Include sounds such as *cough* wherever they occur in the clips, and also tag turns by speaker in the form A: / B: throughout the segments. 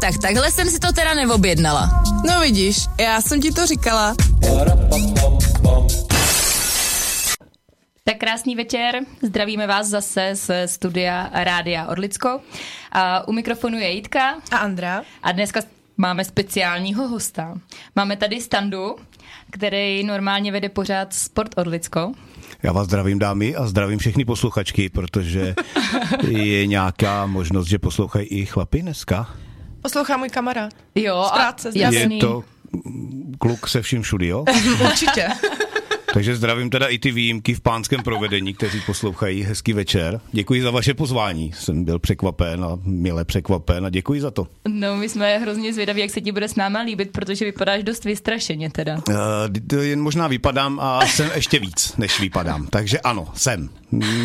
A: tak takhle jsem si to teda neobjednala.
B: No vidíš, já jsem ti to říkala.
C: Tak krásný večer, zdravíme vás zase z studia Rádia Orlicko. A u mikrofonu je Jitka
B: A Andra?
C: a dneska máme speciálního hosta. Máme tady Standu, který normálně vede pořád Sport Orlicko.
D: Já vás zdravím dámy a zdravím všechny posluchačky, protože je nějaká možnost, že poslouchají i chlapy dneska.
B: Poslouchá můj kamarád.
C: Jo,
B: Z práce,
C: a
B: z
C: jasný.
D: Je to kluk se vším všudy, jo?
B: Hm, *laughs* Určitě.
D: Takže zdravím teda i ty výjimky v pánském provedení, kteří poslouchají. Hezký večer. Děkuji za vaše pozvání. Jsem byl překvapen a milé překvapen a děkuji za to.
C: No, my jsme hrozně zvědaví, jak se ti bude s náma líbit, protože vypadáš dost vystrašeně teda.
D: Eh, d- d- Jen možná vypadám a jsem ještě víc, než vypadám. Takže ano, jsem.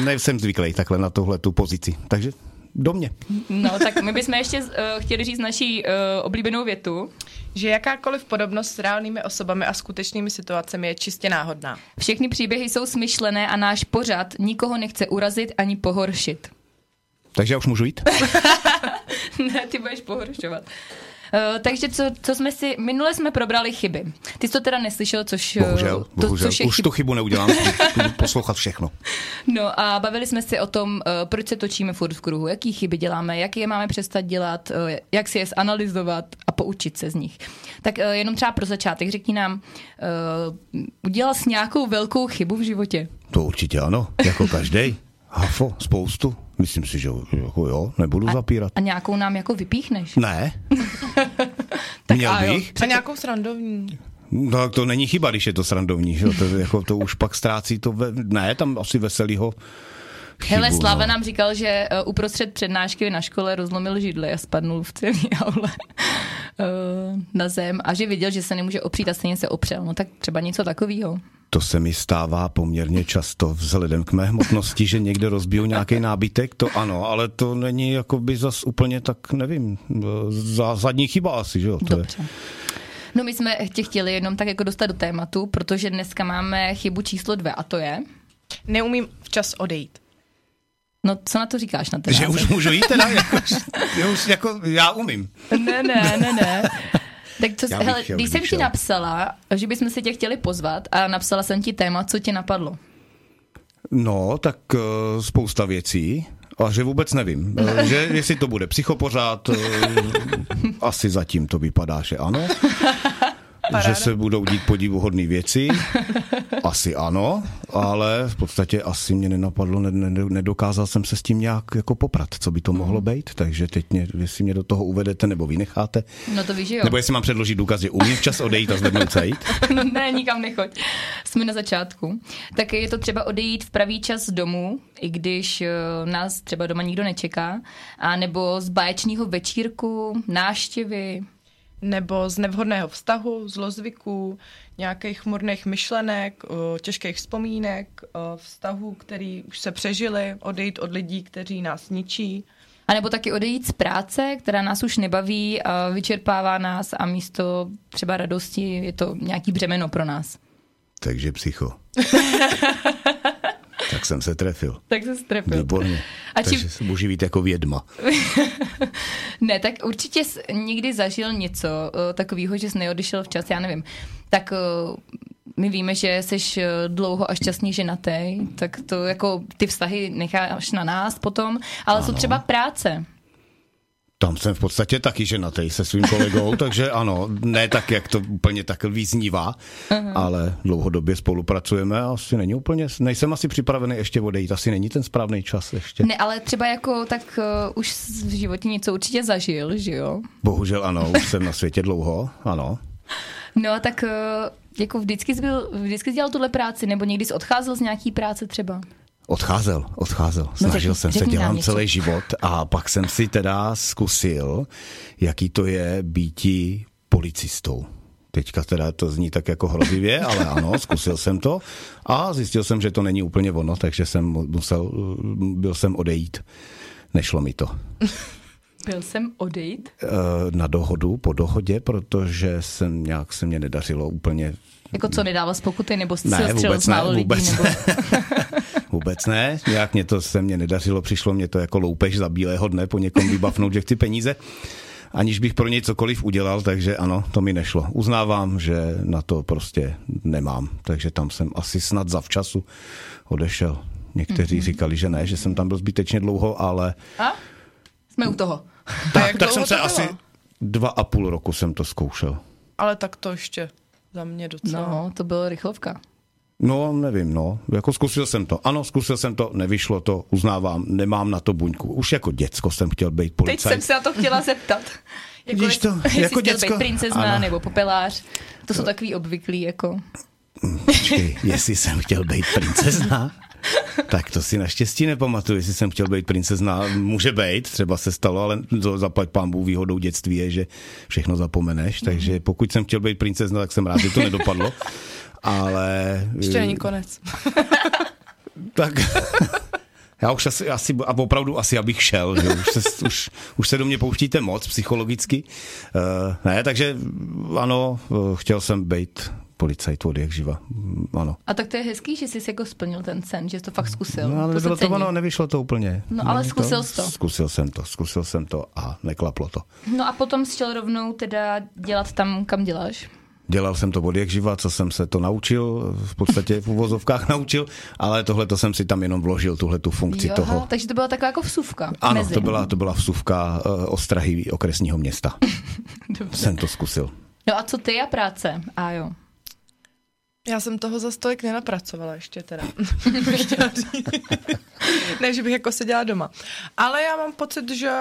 D: Nejsem zvyklý takhle na tuhle tu pozici. Takže do mě.
C: No, tak my bychom ještě uh, chtěli říct naší uh, oblíbenou větu.
B: Že jakákoliv podobnost s reálnými osobami a skutečnými situacemi je čistě náhodná.
C: Všechny příběhy jsou smyšlené a náš pořad nikoho nechce urazit ani pohoršit. *laughs*
D: Takže já už můžu jít?
C: ne, ty budeš pohoršovat. Uh, takže co, co jsme si, minule jsme probrali chyby. Ty jsi to teda neslyšel, což, eh,
D: Bohužel, bohužel.
C: To, což je
D: Už
C: chyb...
D: tu chybu neudělám, budu *laughs* poslouchat všechno.
C: No a bavili jsme se o tom, eh, proč se točíme furt v kruhu, jaký chyby děláme, jak je máme přestat dělat, eh, jak si je zanalizovat a poučit se z nich. Tak eh, jenom třeba pro začátek řekni nám, eh, udělal jsi nějakou velkou chybu v životě?
D: To určitě ano, jako každý. Hafo, spoustu. Myslím si, že jako jo, nebudu zapírat.
C: A nějakou nám jako vypíchneš? *laughs*
D: Ne. Měl
C: a jo.
D: bych?
B: A nějakou srandovní.
D: No tak to není chyba, když je to srandovní, že? jo, To, je jako, to už pak ztrácí to, ve... ne, tam asi veselýho chybu,
C: Hele, Slava
D: no.
C: nám říkal, že eh, uprostřed přednášky na škole rozlomil židle a spadnul v celý *laughs* aule eh, na zem a že viděl, že se nemůže opřít a stejně se opřel. No tak třeba něco takového.
D: To se mi stává poměrně často vzhledem k mé hmotnosti, že někde rozbiju nějaký nábytek, to ano, ale to není jako by zas úplně tak, nevím, zásadní chyba asi, že jo? To je...
C: Dobře. No my jsme tě chtěli jenom tak jako dostat do tématu, protože dneska máme chybu číslo dvě a to je...
B: Neumím včas odejít.
C: No co na to říkáš na ten
D: Že
C: název?
D: už můžu jít *laughs* teda? Jako, že už, jako, já umím.
C: Ne, ne, ne,
D: *laughs*
C: ne. Tak co,
D: Já bych
C: hele,
D: chtěl,
C: když jsem
D: kdybych
C: ti
D: šel.
C: napsala, že bychom se tě chtěli pozvat a napsala jsem ti téma, co tě napadlo.
D: No, tak eh, spousta věcí. A že vůbec nevím. Eh, že jestli to bude psychopořád, eh, asi zatím to vypadá, že ano. Že se budou dít podivuhodné věci, asi ano, ale v podstatě asi mě nenapadlo, ne, ne, nedokázal jsem se s tím nějak jako poprat, co by to mohlo být, takže teď mě, jestli mě do toho uvedete nebo vynecháte,
C: No to víš, že jo.
D: nebo jestli mám předložit důkaz, že umím včas odejít a zvednout se jít.
C: No *laughs* ne, nikam nechoď. Jsme na začátku. Tak je to třeba odejít v pravý čas z domu, i když eh, nás třeba doma nikdo nečeká, a nebo z báječního večírku, náštěvy.
B: Nebo z nevhodného vztahu, zlozvyků, nějakých murných myšlenek, o, těžkých vzpomínek, o, vztahů, který už se přežili, odejít od lidí, kteří nás ničí.
C: A nebo taky odejít z práce, která nás už nebaví, a vyčerpává nás a místo třeba radosti je to nějaký břemeno pro nás.
D: Takže psycho.
C: *laughs*
D: tak jsem se trefil.
C: Tak se strefil.
D: Výborně.
C: A
D: A
C: či-
D: či... Takže se můžu být jako vědma.
C: Ne, tak určitě jsi někdy zažil něco eh, takového, že jsi neodešel včas, já nevím. Tak eh, my víme, že jsi eh, dlouho a šťastně ženatý, tak to jako ty vztahy necháš na nás potom, ale ano. jsou třeba práce.
D: Tam jsem v podstatě taky ženatý se svým kolegou, *laughs* takže ano, ne tak, jak to úplně tak vyznívá,
C: Mhm.
D: ale dlouhodobě spolupracujeme a asi není úplně, nejsem asi připravený ještě odejít, asi není ten správný čas ještě.
C: Ne, ale třeba jako tak eh, už jsi v životě něco určitě zažil, že jo?
D: Bohužel ano, už jsem na světě dlouho, ano.
C: No a tak eh, jako vždycky jsi, byl, vždycky jsi dělal tuhle práci, nebo někdy jsi odcházel z nějaký práce třeba?
D: Odcházel, odcházel. Snažil
C: řekni-
D: jsem se,
C: No řekni nám
D: dělám
C: něco.
D: celý život a pak jsem si teda zkusil, jaký to je býti policistou. Teďka teda to zní tak jako hrozivě,
C: *laughs*
D: ale ano, zkusil jsem to a zjistil jsem, že to není úplně ono, takže jsem musel, byl jsem odejít. Nešlo mi to.
C: Byl jsem odejít.
D: Eh, Na dohodu, po dohodě, protože jsem nějak se mě nedařilo úplně
C: Jako co, nedával z pokuty, nebo jsi
D: Ne,
C: se střelil
D: vůbec
C: s málo
D: ne,
C: lidí?
D: vůbec
C: nebo...
D: ne. Vůbec ne, nějak mě to se mě nedařilo, přišlo mě to jako loupež za bílého dne po někom vybafnout, že chci peníze. aniž bych pro něj cokoliv udělal, takže ano, to mi nešlo. Uznávám, že na to prostě nemám, takže tam jsem asi snad zavčasu odešel. Někteří
B: Mhm.
D: mm-hmm. říkali, že ne, že jsem tam byl zbytečně dlouho, ale
C: A? Jsme u toho.
B: A jak
D: tak, tak
B: dlouho
D: jsem
B: to
D: se
B: bylo?
D: asi dva a půl roku jsem to zkoušel.
B: Ale tak to ještě za mě docela.
C: No, to bylo rychlovka.
D: No, nevím, no. Jako zkusil jsem to. Ano, zkusil jsem to, nevyšlo to, uznávám, nemám na to buňku. Už jako děcko jsem chtěl být
C: Teď
D: policajt.
C: jsem se na to chtěla zeptat.
D: *laughs*
C: Jako,
D: Vidíš to,
C: jestli
D: jako
C: chtěl
D: děcko.
C: být princezna
D: Ano.
C: nebo popelář. To jsou takový obvyklý, jako...
D: Počkej, jestli jsem chtěl být princezna, tak to si naštěstí nepamatuju, jestli jsem chtěl být princezna. Může být, třeba se stalo, ale to zaplať pán Bůh výhodou dětství je, že všechno zapomeneš, takže pokud jsem chtěl být princezna, tak jsem rád, že to nedopadlo. Ale...
B: Ještě
D: eh,
B: není konec.
D: Tak *laughs* já už asi, asi a opravdu asi abych šel, že už se, už, už se do mě pouštíte moc psychologicky. Uh, ne, takže ano, eh, chtěl jsem být policajt od jak živa. Mm, Ano.
C: A tak to je hezký, že jsi si jako splnil ten sen, že jsi to fakt zkusil.
D: No, ale
C: to se
D: bylo to
C: cení.
D: ono, nevyšlo to úplně.
C: No, ale
D: Ne,
C: zkusil jsi to.
D: Zkusil jsem to, zkusil jsem to a neklaplo to.
C: no a potom jsi šel rovnou teda dělat tam, kam děláš.
D: Dělal jsem to od jak živa, co jsem se to naučil, v podstatě v uvozovkách *laughs* naučil, ale tohle to jsem si tam jenom vložil, tuhle tu funkci
C: Jo,
D: toho.
C: aha, takže to byla taková jako vsuvka.
D: Ano,
C: mezi.
D: to byla, to byla vsuvka uh, ostrahy okresního města.
C: *laughs* Dobře.
D: Jsem to zkusil.
C: No a co ty a práce? A jo.
B: Já jsem toho za stolik nenapracovala ještě *laughs* teda. Bych chtěla říct. ne, že bych jako seděla doma. Ale já mám pocit, že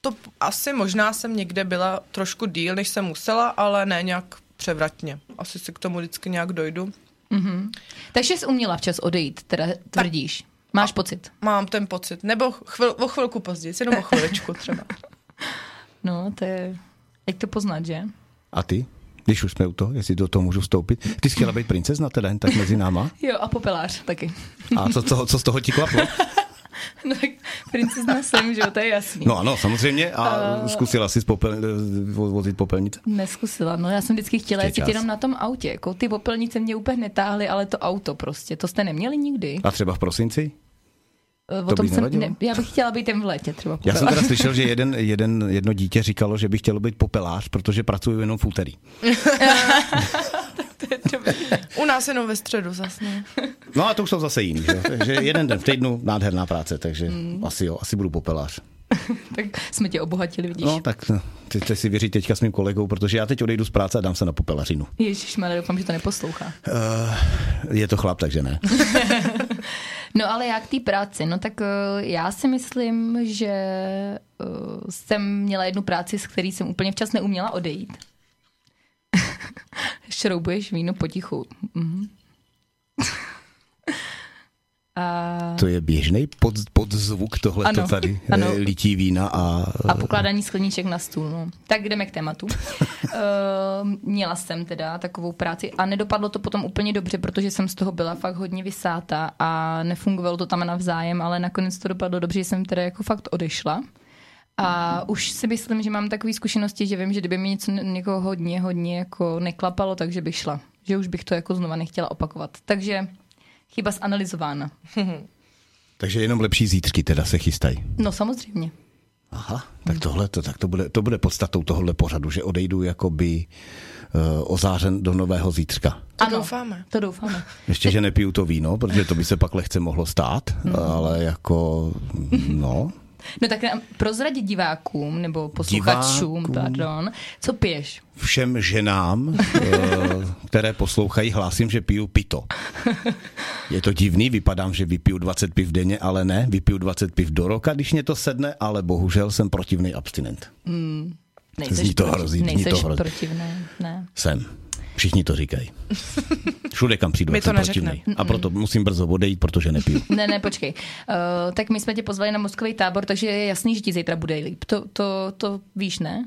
B: to p- asi možná jsem někde byla trošku díl, než jsem musela, ale ne nějak převratně. Asi si k tomu vždycky nějak dojdu.
C: Takže jsi uměla včas odejít, teda tvrdíš. Máš pocit.
B: Mám ten pocit. Nebo chvil, o chvilku později, jenom o chviličku *laughs* třeba.
C: No, to je... Jak to poznat, že?
D: A ty? Když už jsme u toho, jestli do toho můžu vstoupit. Ty jsi chtěla být princezna teda, jen tak mezi náma?
C: Jo, a popelář taky. *laughs*
D: A co, co, co z toho ti klaplo?
C: No tak princezna jsem, že jo, to je jasný.
D: No ano, samozřejmě.
C: Eh,
D: A zkusila jsi popel, eh, vo- vozit popelnice?
C: Neskusila, no já jsem vždycky chtěla
D: Ještě
C: jezdit
D: čas.
C: jenom na tom autě, jako ty popelnice mě úplně netáhly, ale to auto prostě, to jste neměli nikdy.
D: A třeba v prosinci?
C: Eh,
D: to by
C: jsem,
D: nevadilo.
C: já bych chtěla být jen v létě třeba
D: Já *laughs* jsem
C: popela-
D: teda slyšel, že jeden, jeden, jedno dítě říkalo, že by chtělo být popelář, protože pracuju jenom v úterý.
B: U nás jenom ve středu zasně.
D: No a to už jsou zase jiný, že? *laughs* Takže jeden den v týdnu, nádherná práce, takže asi jo, asi budu popelář.
C: *laughs* tak jsme tě obohatili, vidíš.
D: No
C: No.
D: tak ty, ty si věří teďka s mým kolegou, protože já teď odejdu z práce a dám se na popelařinu.
C: Ježíš, doufám, že to neposlouchá.
D: Je to chlap, takže ne.
C: No ale já k té práci, no tak eh, já si myslím, že eh, jsem měla jednu práci, z který jsem úplně včas neuměla odejít. *laughs* Šroubuješ víno potichu. Mhm.
D: To je běžný pod, podzvuk tohle
C: Ano,
D: tady,
C: ano.
D: ano. lití vína a,
C: A pokládání skleniček na stůl. No. Tak jdeme k tématu. Eh, Měla jsem teda takovou práci a nedopadlo to potom úplně dobře, protože jsem z toho byla fakt hodně vysátá a nefungovalo to tam navzájem, ale nakonec to dopadlo dobře, že jsem teda jako fakt odešla. A už si myslím, že mám takové zkušenosti, že vím, že kdyby mi něco ne- někoho hodně, hodně jako neklapalo, takže bych šla. Že už bych to jako znova nechtěla opakovat. Takže chyba zanalizována.
D: takže jenom lepší zítřky teda se chystají.
C: No samozřejmě.
D: Aha, tak tohle, to, tak to bude, to bude podstatou tohohle pořadu, že odejdu jakoby uh, ozářen do nového zítřka.
B: To doufáme.
C: To doufáme.
D: Ještě, že nepiju to víno, protože to by se pak lehce mohlo stát, ale jako, no,
C: No tak nám prozradit divákům nebo posluchačům,
D: Divákům.
C: pardon, co piješ.
D: všem ženám, eh, které poslouchají, hlásím, že piju pito. Je to divný, vypadám, že vypiju 20 piv denně, ale ne, vypiju 20 piv do roka, když mě to sedne, ale bohužel jsem protivný abstinent. Zní to hrozí, zní to
C: nejseš
D: hrozí.
C: proti, ne, ne.
D: Jsem. Všichni to říkají. Všude, kam přijdu,
B: My
D: jak
B: to
D: jsem
B: neřekneme.
D: protivnej. A proto musím brzo odejít, protože nepiju.
C: Ne, ne, počkej. *laughs* Uh, tak my jsme tě pozvali na mozkový tábor, takže je jasný, že ti zítra bude líp. To, to, to víš, ne?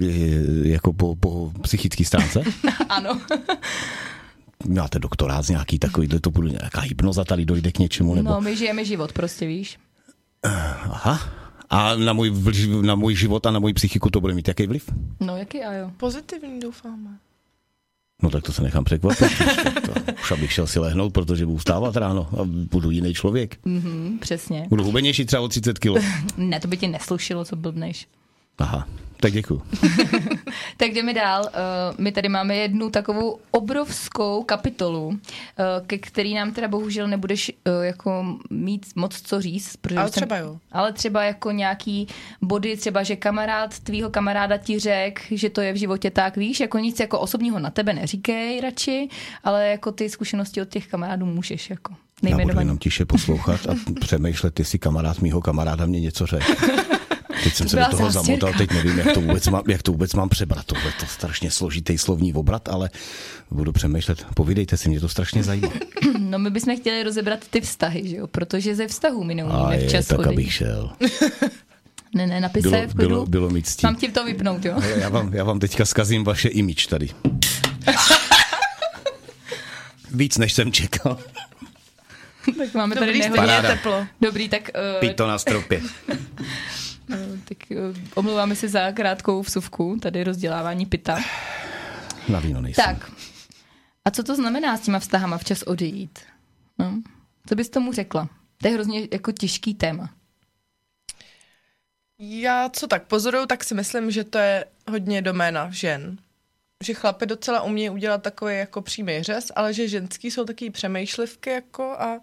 D: Je- Jako po, po psychické stránce.
C: ano.
D: Máte doktorát z nějaký takový, to bude nějaká hypnoza, tady dojde k něčemu, nebo...
C: No, my žijeme život, prostě víš.
D: Aha. A na můj, vl- na můj život a na můj psychiku to bude mít jaký vliv?
C: No, jaký a jo.
B: Pozitivní doufáme.
D: No tak to se nechám překvapit. To, už abych šel si lehnout, protože budu vstávat ráno a budu jiný člověk.
C: Hm, Přesně.
D: Budu hubenější třeba o 30 kilo.
C: Ne, to by ti neslušilo, co blbneš.
D: Aha, tak děkuji.
C: Tak jdeme dál. Eh, My tady máme jednu takovou obrovskou kapitolu, eh, ke který nám teda bohužel nebudeš eh, jako mít moc co říct. Protože
B: Ale
C: už jsem-
B: třeba jo.
C: Ale třeba jako nějaký body, třeba že kamarád tvýho kamaráda ti řek, že to je v životě tak, víš, jako nic jako osobního na tebe neříkej radši, ale jako ty zkušenosti od těch kamarádů můžeš jako
D: Já budu jenom
C: nejmenovaný. *laughs*
D: tiše poslouchat a přemýšlet, jestli kamarád mýho kamaráda mě něco řekl. Teď jsem
C: To
D: se do
C: byla
D: toho
C: zástěrka.
D: zamotal, teď nevím, jak to vůbec, má, jak to vůbec mám přebrat. Tohle je to strašně složitý slovní obrat, ale budu přemýšlet. Povídejte si, mě to strašně zajímá.
C: No my bychom chtěli rozebrat ty vztahy, že jo, protože ze vztahů my
D: A
C: neumíme
D: je,
C: včas
D: tak
C: odejít.
D: abych šel.
C: Ne, ne, napis
D: Bylo,
C: se v klidu.
D: bylo, bylo mít ctí.
C: Mám ti to vypnout, jo?
D: Hele, Já vám, já vám teďka zkazím vaše
C: *laughs*
D: imič tady. Víc, než
C: *laughs*
D: jsem čekal.
C: tak máme tady
B: Dobrý,
C: nehodě.
B: stejně je
D: Paráda.
B: teplo.
C: Dobrý, tak, eh,
D: Pít to na stropě.
C: eh, tak eh, omlouváme se za krátkou vsuvku, tady rozdělávání pita.
D: Na víno nejsem.
C: Tak, a co to znamená s těma vztahama včas odejít? No, co bys tomu řekla? To je hrozně jako těžký téma.
B: Já co tak pozoruju, tak si myslím, že to je hodně doména žen. Že chlapy docela umějí udělat takový jako přímý řez, ale že ženský jsou taky přemýšlivky jako a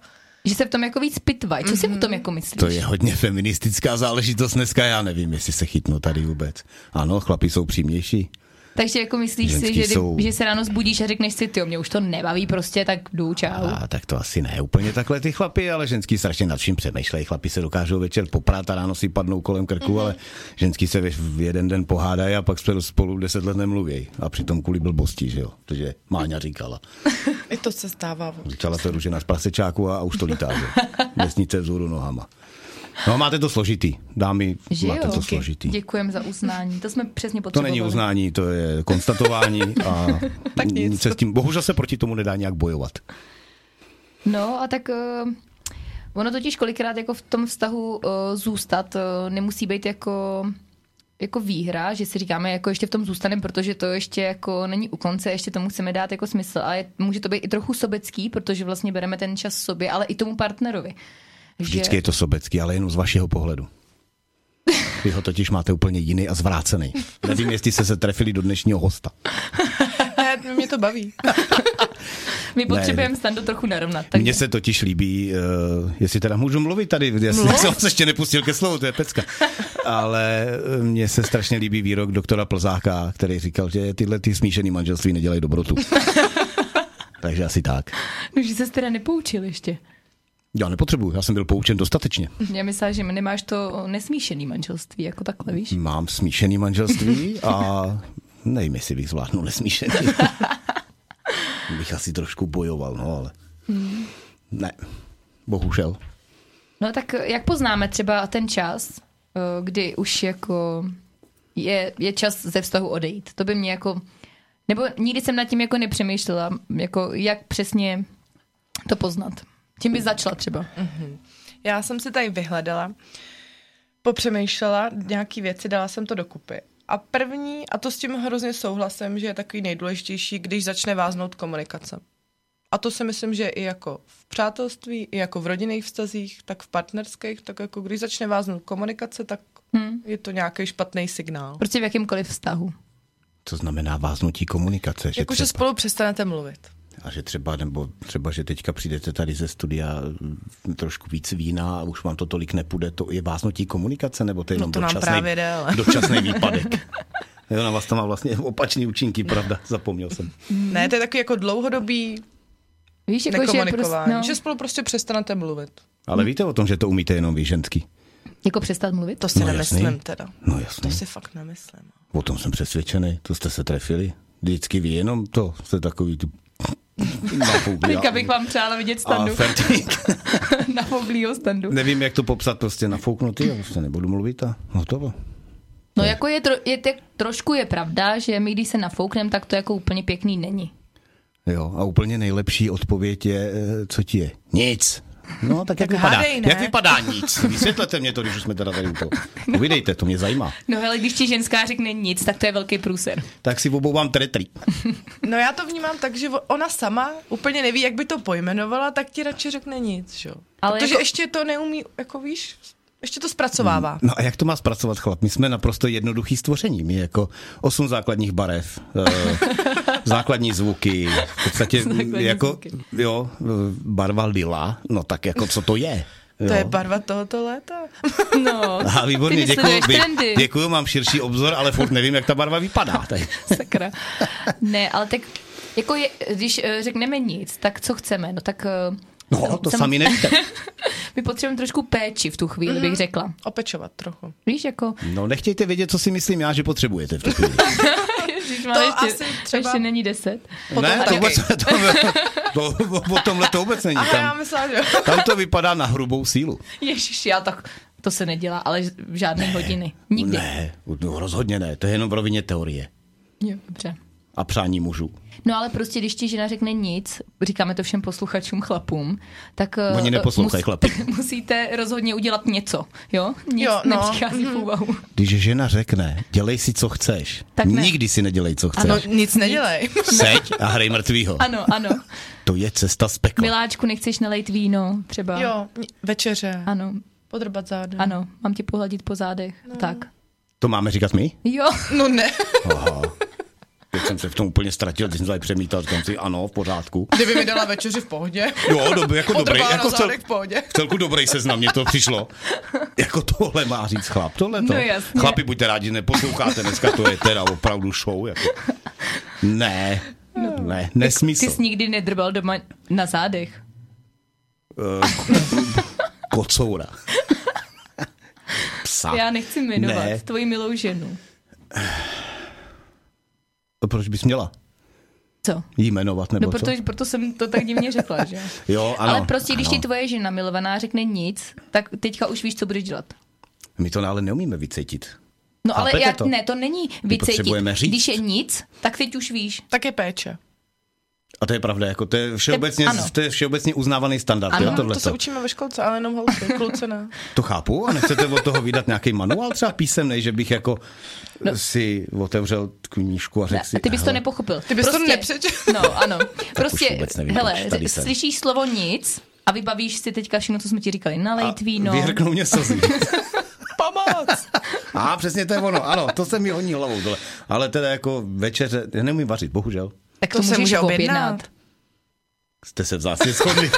C: Že se v tom jako víc pitvají. Co si o tom jako myslíš?
D: Mhm. To je hodně feministická záležitost dneska, já nevím, jestli se chytnu tady vůbec. Ano, chlapi jsou přímější.
C: Takže jako myslíš si,
D: Ženský
C: že, kdy-
D: jsou-
C: že se ráno zbudíš a řekneš si, ty mě už to nebaví prostě, tak jdu, čau.
D: A tak to asi ne úplně takhle ty chlapi, ale ženský strašně nad vším přemýšlejí. Chlapi se dokážou večer poprát a ráno si padnou kolem
C: Mhm.
D: krku, ale ženský se v- v jeden den pohádají a pak spolu- spolu deset let nemluvějí. A přitom kvůli blbosti, že jo? Protože Máňa říkala.
B: i to se stává.
D: Začala to ružena z prasečáku a, a už to lítá,
C: *laughs*
D: že? Vesnice vzhůru nohama. No máte to složitý, dámy,
C: Že
D: máte
C: jo?
D: to složitý.
C: Děkujem za uznání. To jsme přesně
D: To
C: potřebovali.
D: není uznání, to je *laughs* konstatování a
B: Tak nic.
D: nic se s tím, bohužel se proti tomu nedá nějak bojovat.
C: No a tak uh, ono totiž kolikrát jako v tom vztahu uh, zůstat uh, nemusí být jako jako výhra, že si říkáme, jako ještě v tom zůstaneme, protože to ještě jako není u konce, ještě tomu chceme dát jako smysl a je, může to být i trochu sobecký, protože vlastně bereme ten čas sobě, ale i tomu partnerovi.
D: Vždycky je to sobecký, ale jenom z vašeho pohledu. Vy ho totiž máte úplně jiný a zvrácený. Nevím, jestli jste se trefili do dnešního hosta.
B: Ne, mě to baví.
C: My potřebujeme stando trochu narovnat.
D: Tak
C: Takže...
D: Mně se totiž líbí, uh, jestli teda můžu mluvit tady, já jsem
C: Mluv.
D: *laughs* jsem se ještě nepustil ke slovu, to je pecka. Ale eh, mně se strašně líbí výrok doktora Plzáka, který říkal, že tyhle ty smíšený manželství nedělají *laughs* dobrotu. Takže asi tak.
C: No, že se teda nepoučil ještě.
D: Já nepotřebuju, já jsem byl poučen dostatečně.
C: Já myslím, že nemáš to nesmíšený manželství, jako takhle, víš?
D: Mám smíšený manželství a nevím, jestli bych zvládnul nesmíšený.
B: *laughs*
D: bych asi trošku bojoval, no ale...
B: Hmm.
D: Ne, bohužel.
C: No tak jak poznáme třeba ten čas, eh, kdy už jako je, je čas ze vztahu odejít? To by mě jako, nebo nikdy jsem nad tím jako nepřemýšlela, jako jak přesně to poznat. Tím by začala třeba.
B: Já jsem si tady vyhledala, popřemýšlela nějaký věci, dala jsem to dokupy. A první, a to s tím hrozně souhlasím, že je takový nejdůležitější, když začne váznout komunikace. A to si myslím, že i jako v přátelství, i jako v rodinných vztazích, tak v partnerských, tak jako když začne váznout komunikace, tak hmm. je to nějaký špatný signál.
C: Prostě v jakýmkoliv vztahu.
D: To znamená váznutí komunikace. Že
B: Jakože
D: třeba,
B: Jako, spolu přestanete mluvit.
D: a že třeba, nebo třeba, že teďka přijdete tady ze studia mm, trošku víc vína a už vám to tolik nepůjde, to je váznutí komunikace, nebo to je jenom
B: No to nám
D: dočasnej,
B: právě jde, ale. *laughs*
D: dočasnej výpadek. Jo, na vás to má vlastně opačný účinky, pravda, zapomněl jsem.
B: Hmm. Ne, to je takový jako dlouhodobý
C: Víš, jako, že, prostě,
B: nekomunikování. Že,
C: no,
B: že spolu prostě přestanete mluvit.
D: Ale víte o tom, že to umíte jenom vy ženský?
C: jako přestat mluvit?
B: To si
D: No
B: no,
D: jasný.
B: nemyslím teda.
D: No jasně.
B: To si fakt nemyslím.
D: O tom jsem přesvědčený, to jste se trefili. Vždycky vy jenom to, jste takový tu... Nafoukli
C: Teďka
D: a-
C: bych vám přála vidět
D: a
C: standu,
D: fertík.
C: *laughs* na Foglího standu.
D: *laughs* Nevím, jak to popsat, prostě nafouknutý, já prostě nebudu mluvit a hotovo.
C: No jako je, tro, je te, trošku je pravda, že my když se nafoukneme, tak to jako úplně pěkný není.
D: Jo, a úplně nejlepší odpověď je, eh, co ti je? Nic. No, tak, jak vypadá?
B: hádej, ne?
D: jak vypadá nic? Vysvětlete mě to, když už jsme teda tady u toho. Povídejte, to mě zajímá.
C: No hele, když ti ženská řekne nic, tak to je velký průser.
D: Tak si obouvám tretry.
B: No já to vnímám tak, že ona sama úplně neví, jak by to pojmenovala, tak ti radši řekne nic, že? jo.
C: Ale
B: Protože
C: jako-
B: jako... ještě to neumí, jako víš, Ještě to zpracovává.
D: No a jak to má zpracovat chlap? My jsme naprosto jednoduchý stvoření. My jako osm základních barev, eh, základní zvuky, v podstatě
C: Základní
D: jako,
C: zvuky.
D: jo, eh, barva lila, no tak jako co to je?
B: To
D: jo?
B: je barva tohoto léta.
C: *laughs*
B: *laughs*
C: No,
D: Aha, výborně,
C: ty
D: děkuju,
C: sleduješ
D: vy-
C: trendy.
D: děkuju, mám širší obzor, ale furt nevím, jak ta barva vypadá. Tak.
C: Sakra. Ne, ale tak jako je, když eh, řekneme nic, tak co chceme? No tak eh,
D: No, to sami nevíte.
C: my potřebujeme trošku péči v tu chvíli, mm-hmm. bych řekla.
B: Opečovat trochu.
C: Víš, jako...
D: No nechtějte vědět, co si myslím já, že potřebujete v tu chvíli.
C: Ježišmar,
B: To
C: ještě,
B: asi třeba-
C: Ještě není deset.
B: Potom
D: ne, to
B: taky.
D: vůbec, *laughs* to, to, o tomhle to vůbec není.
B: Aha, já
D: Tam,
B: myslela, že
D: tam to vypadá na hrubou sílu.
C: Ježíš, já tak... To se nedělá, ale ž- v žádné hodiny. Nikdy.
D: Ne, no, rozhodně ne, to je jenom v rovině teorie
C: Jo, dobře.
D: a přání mužů.
C: No ale prostě, když ti žena řekne nic, říkáme to všem posluchačům, chlapům, tak... eh,
D: Oni neposlouchají, chlapi.
C: *laughs* Musíte rozhodně udělat něco, jo? Mhm. Nic
B: Jo, no.
C: nepřichází v úvahu.
D: Když žena řekne, dělej si, co chceš,
C: Tak ne.
D: nikdy si nedělej, co chceš.
B: No nic nedělej.
D: Seď a hrej mrtvýho.
C: Ano,
D: *laughs*
C: ano.
D: Jako- To je cesta z pekla.
C: Miláčku, nechceš nalejt víno třeba?
B: *laughs* Jo, večeře,
C: Ano,
B: podrbat záda.
C: ano, mám tě pohladit po zádech. No. Tak.
D: To máme říkat my?
C: Jo,
B: No ne,
D: Aha. Teď jsem se v tom úplně ztratil, když jsem tady přemítal, říkám si, ano, v pořádku.
B: kdyby mi dala večeři v pohodě. *laughs*
D: Jo, dobrý, jako dobrý,
B: Podrbá
D: jako
B: na
D: v, cel,
B: zádech v pohodě.
D: v celku dobrý seznam, mně to přišlo. Jako tohle má říct chlap, tohle to.
C: No jasně.
D: Chlapi, buďte rádi, že neposloucháte dneska, to je teda opravdu show. Jako. Ne, ne, nesmysl.
C: No. ty jsi nikdy nedrbal doma na zádech.
D: Eh,
C: *laughs*
D: Kocoura. Psa.
C: Já nechci jmenovat
D: Ne.
C: tvoji milou ženu.
D: Proč bys měla
C: Co?
D: jí jmenovat nebo
C: No
D: co?
C: proto, proto jsem to tak divně řekla, že?
D: Jo, *laughs* ano.
C: ale prostě, když
D: ano.
C: ti tvoje žena milovaná řekne nic, tak teďka už víš, co budeš dělat.
D: My to ale neumíme vycítit.
C: No ale
D: Chápete
C: já,
D: to?
C: ne, to není vycítit.
D: potřebujeme říct.
C: Když je nic, tak teď už víš.
B: Tak je péče.
D: A to je pravda, jako to je všeobecně,
C: Ano.
D: to je všeobecně uznávaný standard.
C: Ano.
D: Jo,
C: No,
B: To
D: tohle
B: se učíme ve školce, ale jenom holky, kluci
D: *laughs*
B: ne.
D: to chápu a nechcete od toho vydat nějaký manuál třeba písemný, že bych jako no. si otevřel knížku a řekl si...
C: A ty bys to
D: "Hele,
C: nepochopil. Ty
B: bys to nepřečetl.
C: No,
D: *laughs*
C: ano. Prostě,
D: vůbec nevím,
C: hele,
D: proč tady jsem.
C: slyšíš slovo nic a vybavíš si teďka všechno, co jsme ti říkali. Nalejt víno.
D: Vyhrknou
C: *laughs*
D: mě slzy.
B: *laughs* Pomoc!
D: a přesně to je ono, ano, to se mi honí hlavou. Tohle. Ale teda jako večeře, já neumím vařit, bohužel.
C: Tak to,
B: To se
C: můžeš
B: může
C: objednat.
B: objednat.
D: Jste se vzácně shodli.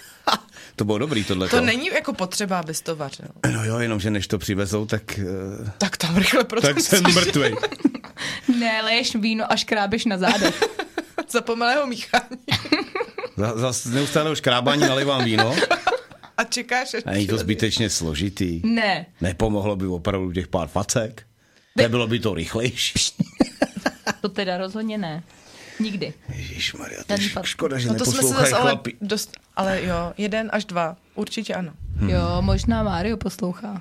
D: *laughs* to bylo dobrý tohle.
B: To není jako potřeba, abys to vařil.
D: No jo, jenomže než to přivezou, tak, eh,
B: Tak tam rychle prostě
D: *laughs* tak jsem mrtvý.
C: Ne, leješ víno a škrábeš na zádech.
B: *laughs* za pomalého míchání
D: Za, za neustálého škrábání nalivám víno.
B: a čekáš. až
D: A není to
B: přijde.
D: zbytečně složitý.
C: ne.
D: Nepomohlo by opravdu těch pár facek? Nebylo by to rychlejší?
C: To teda rozhodně ne. Nikdy.
D: Ježíš Maria,
C: Žádný facek.
D: škoda, že
B: No to jsme se zase ale dost, ale jo, jeden až dva, určitě ano.
C: Hmm. Jo, možná Mário poslouchá.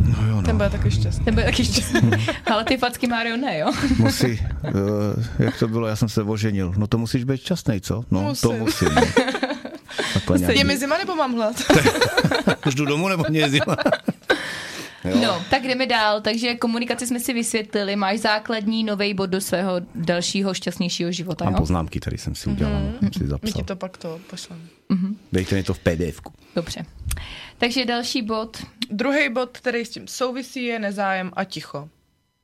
B: Ten
D: no.
B: byl taky šťastný.
C: Ten byl taky
D: *laughs*
C: šťastný. Ale ty facky Mário ne, jo?
D: Musí, uh, jak to bylo, já jsem se oženil. No to musíš být šťastný, co? No to
B: Musím.
D: musím.
B: *laughs*
D: no. Takhle nějak.
B: Je mi zima nebo mám hlad?
D: Už jdu domů nebo mě *laughs* jezdila?
C: No, tak jdeme dál. Takže komunikaci jsme si vysvětlili. Máš základní nový bod do svého dalšího šťastnějšího života,
D: Mám
C: jo?
D: poznámky, tady jsem si udělal, mm-hmm. jsem si
B: My ti
D: zapsal.
B: to pak to pošlem.
D: Dejte mi to v PDFku.
C: Dobře. Takže další bod.
B: Druhý bod, který s tím souvisí, je nezájem a ticho.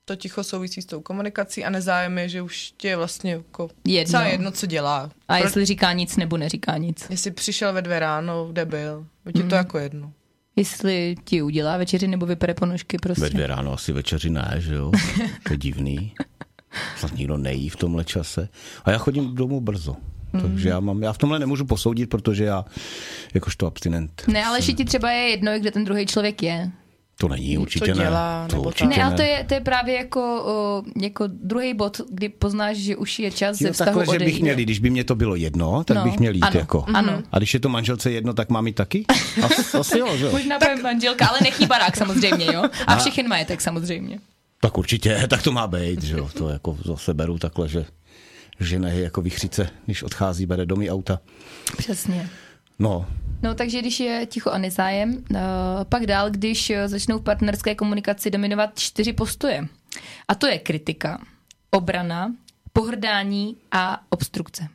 B: To ticho souvisí s tou komunikací a nezájem je, že už tě je vlastně jako
C: Jedno.
B: celá jedno, co dělá.
C: A
B: Pro-
C: jestli říká nic nebo neříká nic.
B: jestli přišel ve dvě ráno, kde byl, je
C: Mhm.
B: ti to jako jedno.
C: Jestli ti udělá večeři nebo vypere ponožky,
D: Ve
C: prostě.
D: dvě ráno asi večeři ne, že jo? To je divný. Snad nikdo nejí v tomhle čase. A já chodím domů brzo. Takže já, mám, já v tomhle nemůžu posoudit, protože já jakožto abstinent.
C: Ne, ale že ti třeba je jedno, kde ten druhý člověk je.
D: To není určitě
B: dělá,
D: ne. To
B: nebo
D: určitě
C: Ne, ale to je, to je právě jako, o, jako druhý bod, kdy poznáš, že už je čas ze
D: Jo,
C: vztahu
D: takhle, že
C: odejít.
D: bych měl jít. Když by mě to bylo jedno, tak no, bych měl jít
C: ano,
D: jako.
C: Ano.
D: A když je to manželce jedno, tak mám jít taky? Asi, asi jo, že jo?
C: Možná tak... manželka, ale nechý barák samozřejmě, jo? A všechen majetek samozřejmě.
D: Tak určitě, *laughs* tak to má být, že jo? To jako zase beru takhle, že žena je jako vychřice, když odchází, bere domy auta.
C: Přesně.
D: No,
C: No takže když je ticho a nezájem, eh, pak dál, když eh, začnou v partnerské komunikaci dominovat čtyři postoje. A to je kritika, obrana, pohrdání a *laughs* obstrukce.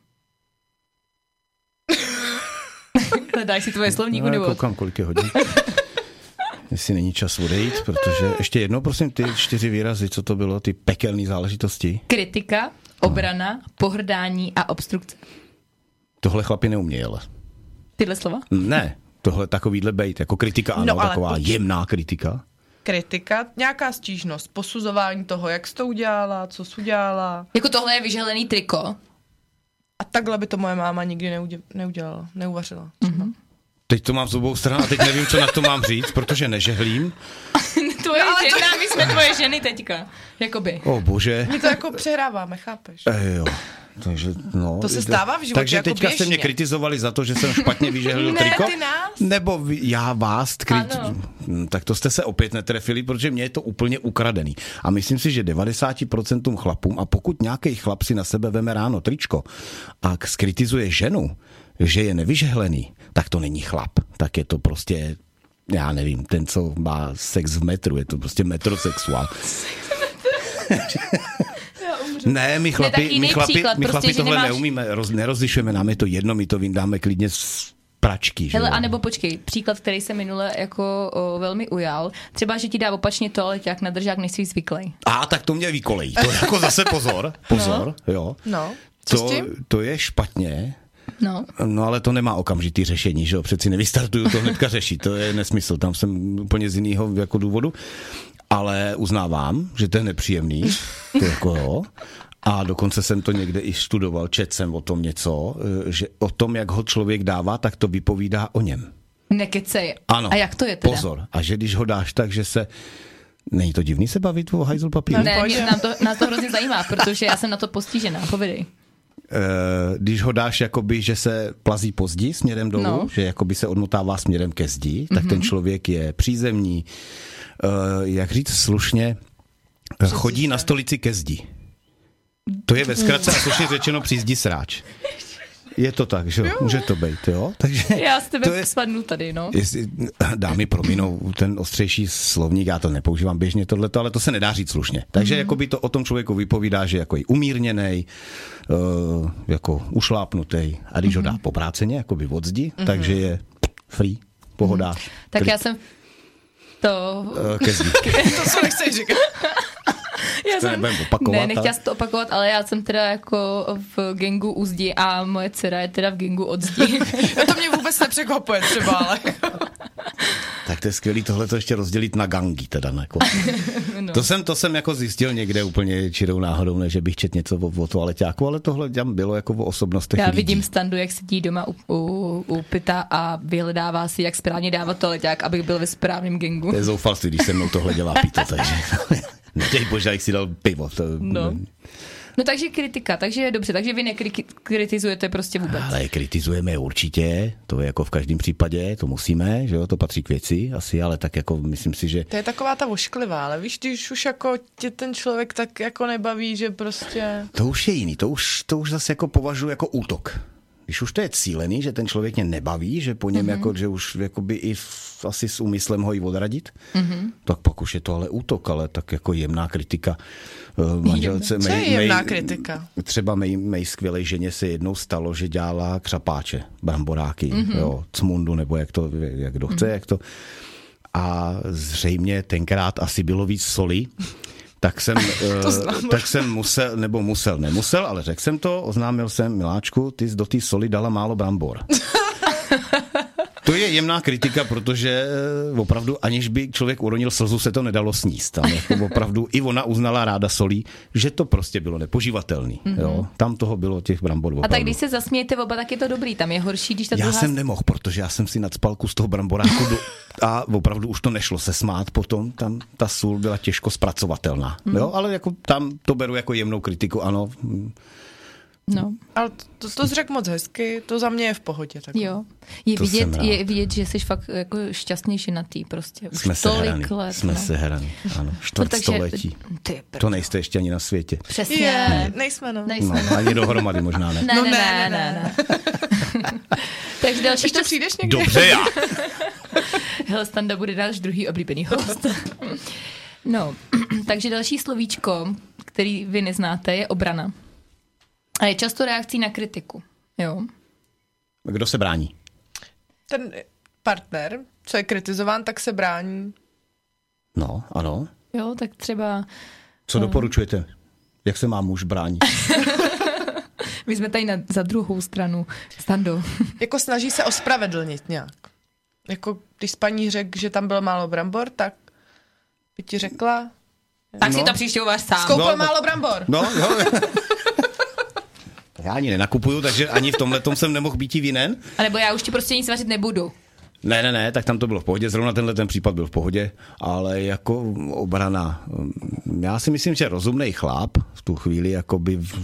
C: Hledáš si tvoje slovníku
D: já
C: nebo...
B: No,
D: Jako-
B: *laughs*
D: koukám, kolik je hodin. jestli není čas odejít, protože ještě jednou, prosím, ty čtyři výrazy, co to bylo, ty pekelné záležitosti.
C: Kritika, obrana, pohrdání a obstrukce.
D: Tohle chlapi neumějí, ale.
C: Tyhle slova?
D: Ne, tohle takovýhle bejt, jako kritika, ano,
B: No, ale
D: taková
B: počkej.
D: jemná kritika.
B: kritika, nějaká stížnost, posuzování toho, jak jsi to udělala, co jsi udělala.
C: Jako tohle je vyželený triko.
B: A takhle by to moje máma nikdy neudě- neudělala, neuvařila. Třeba. Mm-hmm.
D: Teď to mám z obou stran a teď nevím, co na to mám říct, protože nežehlím.
C: *laughs* Tvoje no, žena, to... my jsme tvoje ženy teďka. Jakoby.
D: O bože.
B: My to jako přehráváme, chápeš?
D: Eh, jo. Takže, no,
B: To se stává v životě
D: Takže
B: jako
D: teďka jste
B: běžně.
D: mě kritizovali za to, že jsem špatně vyžehlil
B: Ne,
D: triko?
B: ty nás.
D: Nebo vy, já vás krit...
C: Ano.
D: Hm, Tak to jste se opět netrefili, protože mě je to úplně ukradený. A myslím si, že 90% chlapům, a pokud nějaký chlap si na sebe veme ráno tričko a k- skritizuje ženu, že je nevyžehlený, tak to není chlap. Tak je to prostě já nevím, ten, co má sex v metru, je to prostě metrosexuál.
C: Prostě-
D: Ne, my
C: tak
D: chlapi,
C: jiný
D: my chlapi,
C: příklad,
D: my
C: prostě,
D: chlapi
C: že
D: tohle
C: nemáš-
D: neumíme, roz, nerozlišujeme, nám je to jedno, my to vyndáme klidně z pračky. Že?
C: Hele,
D: jo?
C: anebo počkej, příklad, který se minule jako o, velmi ujal. Třeba, že ti dá opačně toaleťák na držák, než jsi zvyklý.
D: A tak to mě vykolej, to je jako zase
C: *laughs*
D: pozor, pozor, no. jo.
B: No, co
D: To,
B: s tím?
D: to je špatně,
C: No.
D: no ale to nemá okamžitý řešení, že jo, přeci nevystartuju to hnedka řešit, to je nesmysl, tam jsem úplně z jiného jako důvodu, ale uznávám, že to je nepříjemný, to jako jo. A dokonce jsem to někde i studoval, četl jsem o tom něco, eh, že o tom, jak ho člověk dává, tak to vypovídá o něm.
C: Nekecej.
D: Ano.
C: A jak to je teda?
D: Pozor. A že když ho dáš tak, že se... Není to divný se bavit o hajzl papíru?
C: Ne,
B: Pojď.
C: mě, nám to, nás to hrozně zajímá, protože já jsem na to postižená. Povidej.
D: Eh, když ho dáš jakoby, že se plazí po zdi směrem dolů, no.
C: No. Mhm.
D: že jakoby se odmotává směrem ke zdi, tak mm-hmm. ten člověk je přízemní, eh, jak říct slušně, eh, chodí na stolici ke zdi. To je ve zkratce a slušně řečeno při zdi sráč. Je to tak, že jo? Může to být, jo? Takže
C: Já s tebe
D: to je,
C: je... spadnu tady, no.
D: Jestli, *clears throat* dámy prominou ten ostřejší slovník, já to nepoužívám běžně tohleto, ale to se nedá říct slušně.
C: Mhm.
D: Takže mm. jako by to o tom člověku vypovídá, že jako je umírněnej, uh, jako ušlápnutý a když mm.
C: Mhm.
D: ho dá popráceně, jako by od zdi, mm. takže je free, pohodář. Mm.
C: Mhm. Tak já jsem to...
D: Eh,
C: *laughs*
D: Ke zdi.
B: To co nechceš říkat.
C: Já
D: to nebudem opakovat,
C: Ne, nechtěla
D: ale-
C: jsem to opakovat, ale já jsem teda jako v gengu u zdi a moje dcera je teda v gengu od *laughs* zdi.
B: No to mě vůbec nepřekvapuje třeba, ale...
D: Tak to je skvělý tohleto ještě rozdělit na gangy teda. Jako. no.
C: *laughs* No.
D: to, jsem, to jsem jako zjistil někde úplně čirou náhodou, ne, že bych čet něco o, o toaleťáku, ale tohle tam bylo jako o osobnostech
C: Já
D: lidí.
C: vidím standu, jak sedí doma u, u, u pita a vyhledává si, jak správně dávat toaleťák, abych byl ve správném gengu.
D: To je zoufalství, když se mnou tohle dělá pito, takže... *laughs* Dej bože, jak si dal pivo. To...
C: *laughs* No. No takže kritika, takže je dobře, takže vy nekritizujete prostě vůbec.
D: Ale kritizujeme je určitě, to je jako v každém případě, to musíme, že jo, to patří k věci asi, ale tak jako myslím si, že
B: To je taková ta vošklivá, ale víš, když už jako tě ten člověk tak jako nebaví, že prostě...
D: to už je jiný, to už, to už zase jako považuji jako útok. Když už to je cílený, že ten člověk mě nebaví, že po něm
B: Mhm.
D: mm-hmm. jako, že už jakoby i v, asi s úmyslem ho i odradit,
B: Mhm.
D: mm-hmm. tak pak už je to ale útok, ale tak jako jemná kritika eh, manželce.
B: Co
D: May-
B: je jemná
D: May-
B: kritika?
D: Třeba mé, mé skvělé ženě se jednou stalo, že dělala křapáče, bramboráky, mm-hmm. jo, cmundu, nebo jak to, jak kdo chce, mm-hmm. jak to. A zřejmě tenkrát asi bylo víc soli, tak jsem, eh, tak jsem musel, nebo musel, nemusel, ale řekl jsem to, oznámil jsem, miláčku, ty jsi do té soli dala málo brambor. To je jemná kritika, protože eh, opravdu, aniž by člověk uronil slzu, se to nedalo sníst. Tam
C: *laughs*
D: jako opravdu i ona uznala ráda solí, že to prostě bylo nepoživatelný. Mm-hmm. Jo? Tam toho bylo těch brambor
C: Mhm. A
D: opravdu.
C: tak když se zasmějete oba, tak je to dobrý, tam je horší, když ta
D: Já
C: druhá...
D: jsem nemohl, protože já jsem si nadspal kus toho bramboráku do... a opravdu už to nešlo se smát potom, tam ta sůl byla těžko zpracovatelná.
C: Mhm.
D: Mm. Jo, ale jako tam to beru jako jemnou kritiku, ano.
C: No,
B: Ale to, to jsi řekl moc hezky, to za mě je v pohodě. Tak.
C: jo. Je
D: To jsem
C: vidět,
D: rád.
C: je vidět, že jsi fakt jako šťastně ženatý prostě. Už
D: Jsme
C: tolik
D: sehraný,
C: let.
D: jsme
C: no.
D: sehraný, ano. Čtvrtstoletí.
C: Ty, pr...
D: To nejste ještě ani na světě.
C: Přesně.
B: Je, nejsme, no.
C: Nejsme.
D: No, ani
C: *laughs*
D: dohromady možná ne.
C: Ne,
B: No
C: ne, ne,
B: ne,
C: ne, ne. *laughs* Takže další
B: Ještě
C: to...
B: přijdeš někdy?
D: Dobře já.
C: Hele, Standa bude náš druhý oblíbený host. *laughs* no, *clears throat* takže další slovíčko, který vy neznáte, je obrana. A je často reakcí na kritiku. Jo.
D: Kdo se brání?
B: Ten partner, co je kritizován, tak se brání
D: No, ano.
C: Jo, tak třeba
D: Co doporučujete? Jak se má muž bránit?
C: my jsme tady na, za druhou stranu, Stando.
B: Jako snaží se ospravedlnit nějak. Jako když s paní řekl, že tam bylo málo brambor, tak by ti řekla,
C: Tak
D: No.
C: si to příště uvaž sám.
B: koupil
D: no.
B: málo brambor.
D: No, jo. Já ani nenakupuju, takže ani v tomhle tom jsem nemohl být vinen.
C: A nebo já už ti prostě nic vařit nebudu.
D: Ne, ne, ne, tak tam to bylo v pohodě, zrovna tenhle ten případ byl v pohodě, ale jako obrana, mm, já si myslím, že rozumný chláp v tu chvíli, jako by v...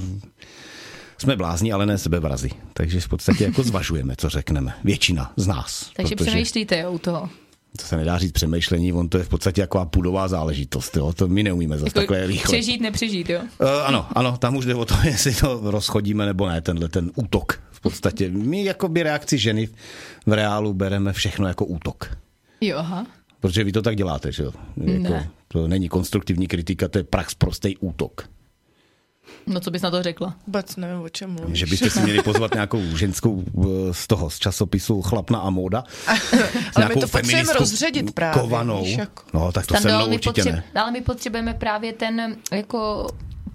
D: jsme blázni, ale ne sebevrazi, takže v podstatě jako zvažujeme, co řekneme, většina z nás,
C: Takže Protože... přemýšlíte jo, u toho.
D: to se nedá říct přemýšlení, on to je v podstatě jako pudová záležitost, jo? to my neumíme
B: Jako
D: zase takhle rychle.
C: Jako přežít, nepřežít, jo.
D: Uh, ano, ano, tam už jde o to, *laughs* jestli to rozchodíme nebo ne, tenhle ten útok v podstatě. My jako by reakci ženy v reálu bereme všechno jako útok.
C: Jo, aha.
D: Protože vy to tak děláte, že jo? Jako,
C: Ne.
D: To není konstruktivní kritika, to je prax prostý útok.
C: No co bys na to řekla?
B: Vůbec nevím, o čem mluvíš.
D: Že byste si měli pozvat nějakou ženskou eh, z toho, z časopisu Chlapna a móda.
B: *laughs* Ale my
D: Nějakou
B: to potřebujeme
D: feministku
B: rozředit právě.
D: Kovanou.
B: víš, jako.
D: No, tak to
C: Stando,
D: se mnou
C: my
D: určitě ne.
C: Ale my potřebujeme právě ten jako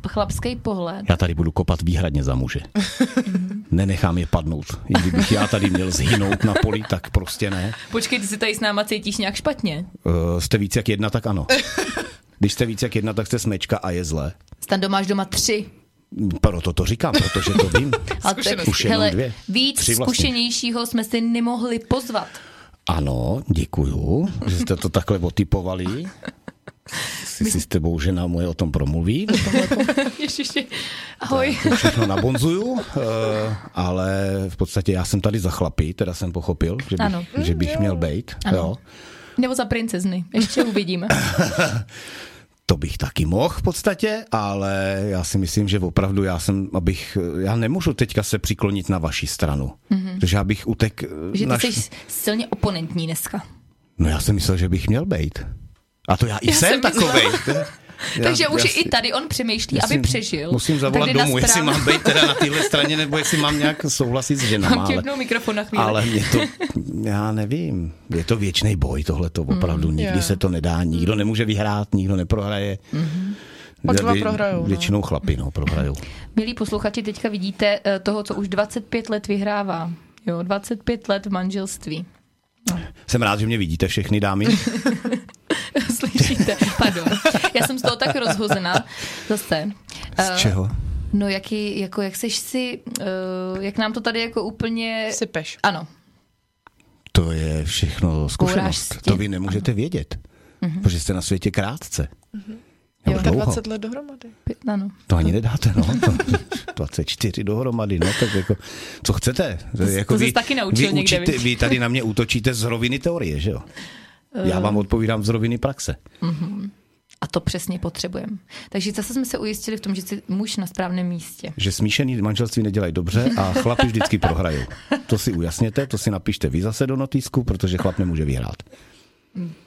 C: chlapský pohled.
D: Já tady budu kopat výhradně za muže.
C: Mhm.
D: Nenechám je padnout. I kdybych já tady měl zhynout na poli, tak prostě ne.
C: Počkej, ty se tady s náma cítíš nějak špatně.
D: Uh, jste víc jak jedna, tak ano. Když jste víc jak jedna, tak jste smečka a je zlé.
C: Stando, máš doma tři.
D: Proto to říkám, protože
C: *laughs*
D: to vím.
C: A te-
B: Zkušenosti.
D: Už jenom
C: hele,
D: dvě.
C: víc
D: Tři vlastně.
C: zkušenějšího jsme si nemohli pozvat.
D: Ano, děkuju, že jste to
C: *laughs*
D: takhle otypovali. Si, si s tebou žena moje o tom promluví.
C: *laughs* Ježiši, ahoj.
D: To všechno nabonzuju, eh, ale v podstatě já jsem tady za chlapy, teda jsem pochopil, že bych,
C: Ano.
D: že bych měl být.
C: Ano.
D: Jo.
C: Nebo za princezny, ještě
D: *laughs*
C: uvidíme.
D: To bych taky mohl v podstatě, ale já si myslím, že opravdu já jsem, abych, já nemůžu teďka se přiklonit na vaši stranu, mm-hmm. protože já bych utek... eh,
C: Mhm. Že ty
D: naš-
C: jsi silně oponentní dneska.
D: No já jsem myslel, že bych měl být. A to já i
C: Já
D: jsem
C: jsem myslel-
D: takovej. Já-
C: Takže už
D: já si-
C: i tady on přemýšlí, *laughs*
D: Já
C: aby
D: si
C: přežil.
D: Musím zavolat
C: Tak jde na
D: domů, jestli
C: stranu.
D: mám být teda na téhle straně, nebo jestli mám nějak souhlasit s
C: *laughs*
D: ženama.
C: Mám no, ti
D: Ale,
C: jednou mikrofon na chvíli.
D: ale mě to, já nevím, je to věčný boj tohle to opravdu, nikdy
B: Mm, jo.
D: se to nedá, nikdo nemůže vyhrát, nikdo neprohraje.
B: Mm-hmm. Pak
D: Vě-
B: dva
D: vě-
B: prohrajou, no.
D: Většinou chlapi, no, prohrajou.
C: Milí posluchači, teďka vidíte eh, toho, co už 25 let vyhrává. Jo, 25 let v manželství. *laughs*
D: Jsem rád, že mě vidíte
B: *laughs*
D: všechny dámy.
C: Slyšíte? Pardon. Já jsem z toho tak rozhozená. Zase. Eh,
D: Z čeho?
C: No jaký, jako jak seš si, eh, jak nám to tady jako úplně...
B: Sypeš.
C: Ano.
D: To je všechno zkušenost.
C: Bouráš
D: To vy nemůžete vědět,
B: Mhm.
D: protože jste na světě krátce. Nebo
C: Jo.
D: dlouho.
B: 20 let dohromady.
C: Pě- Ano.
D: To ani nedáte, no. To- *laughs* 24 dohromady, no, tak jako, co chcete? To, je jako
C: to ses taky naučil
D: vy,
C: někde,
D: učíte,
C: viď?
D: vy tady na mě útočíte z roviny teorie, že jo? Já
C: Eh.
D: vám odpovídám z roviny praxe.
C: A to přesně potřebujeme. Takže zase jsme se ujistili v tom, že jsi muž na správném místě.
D: Že smíšený manželství nedělají dobře a chlapi vždycky prohrajou. To si ujasněte, to si napište vy zase do notýsku, protože chlap nemůže vyhrát.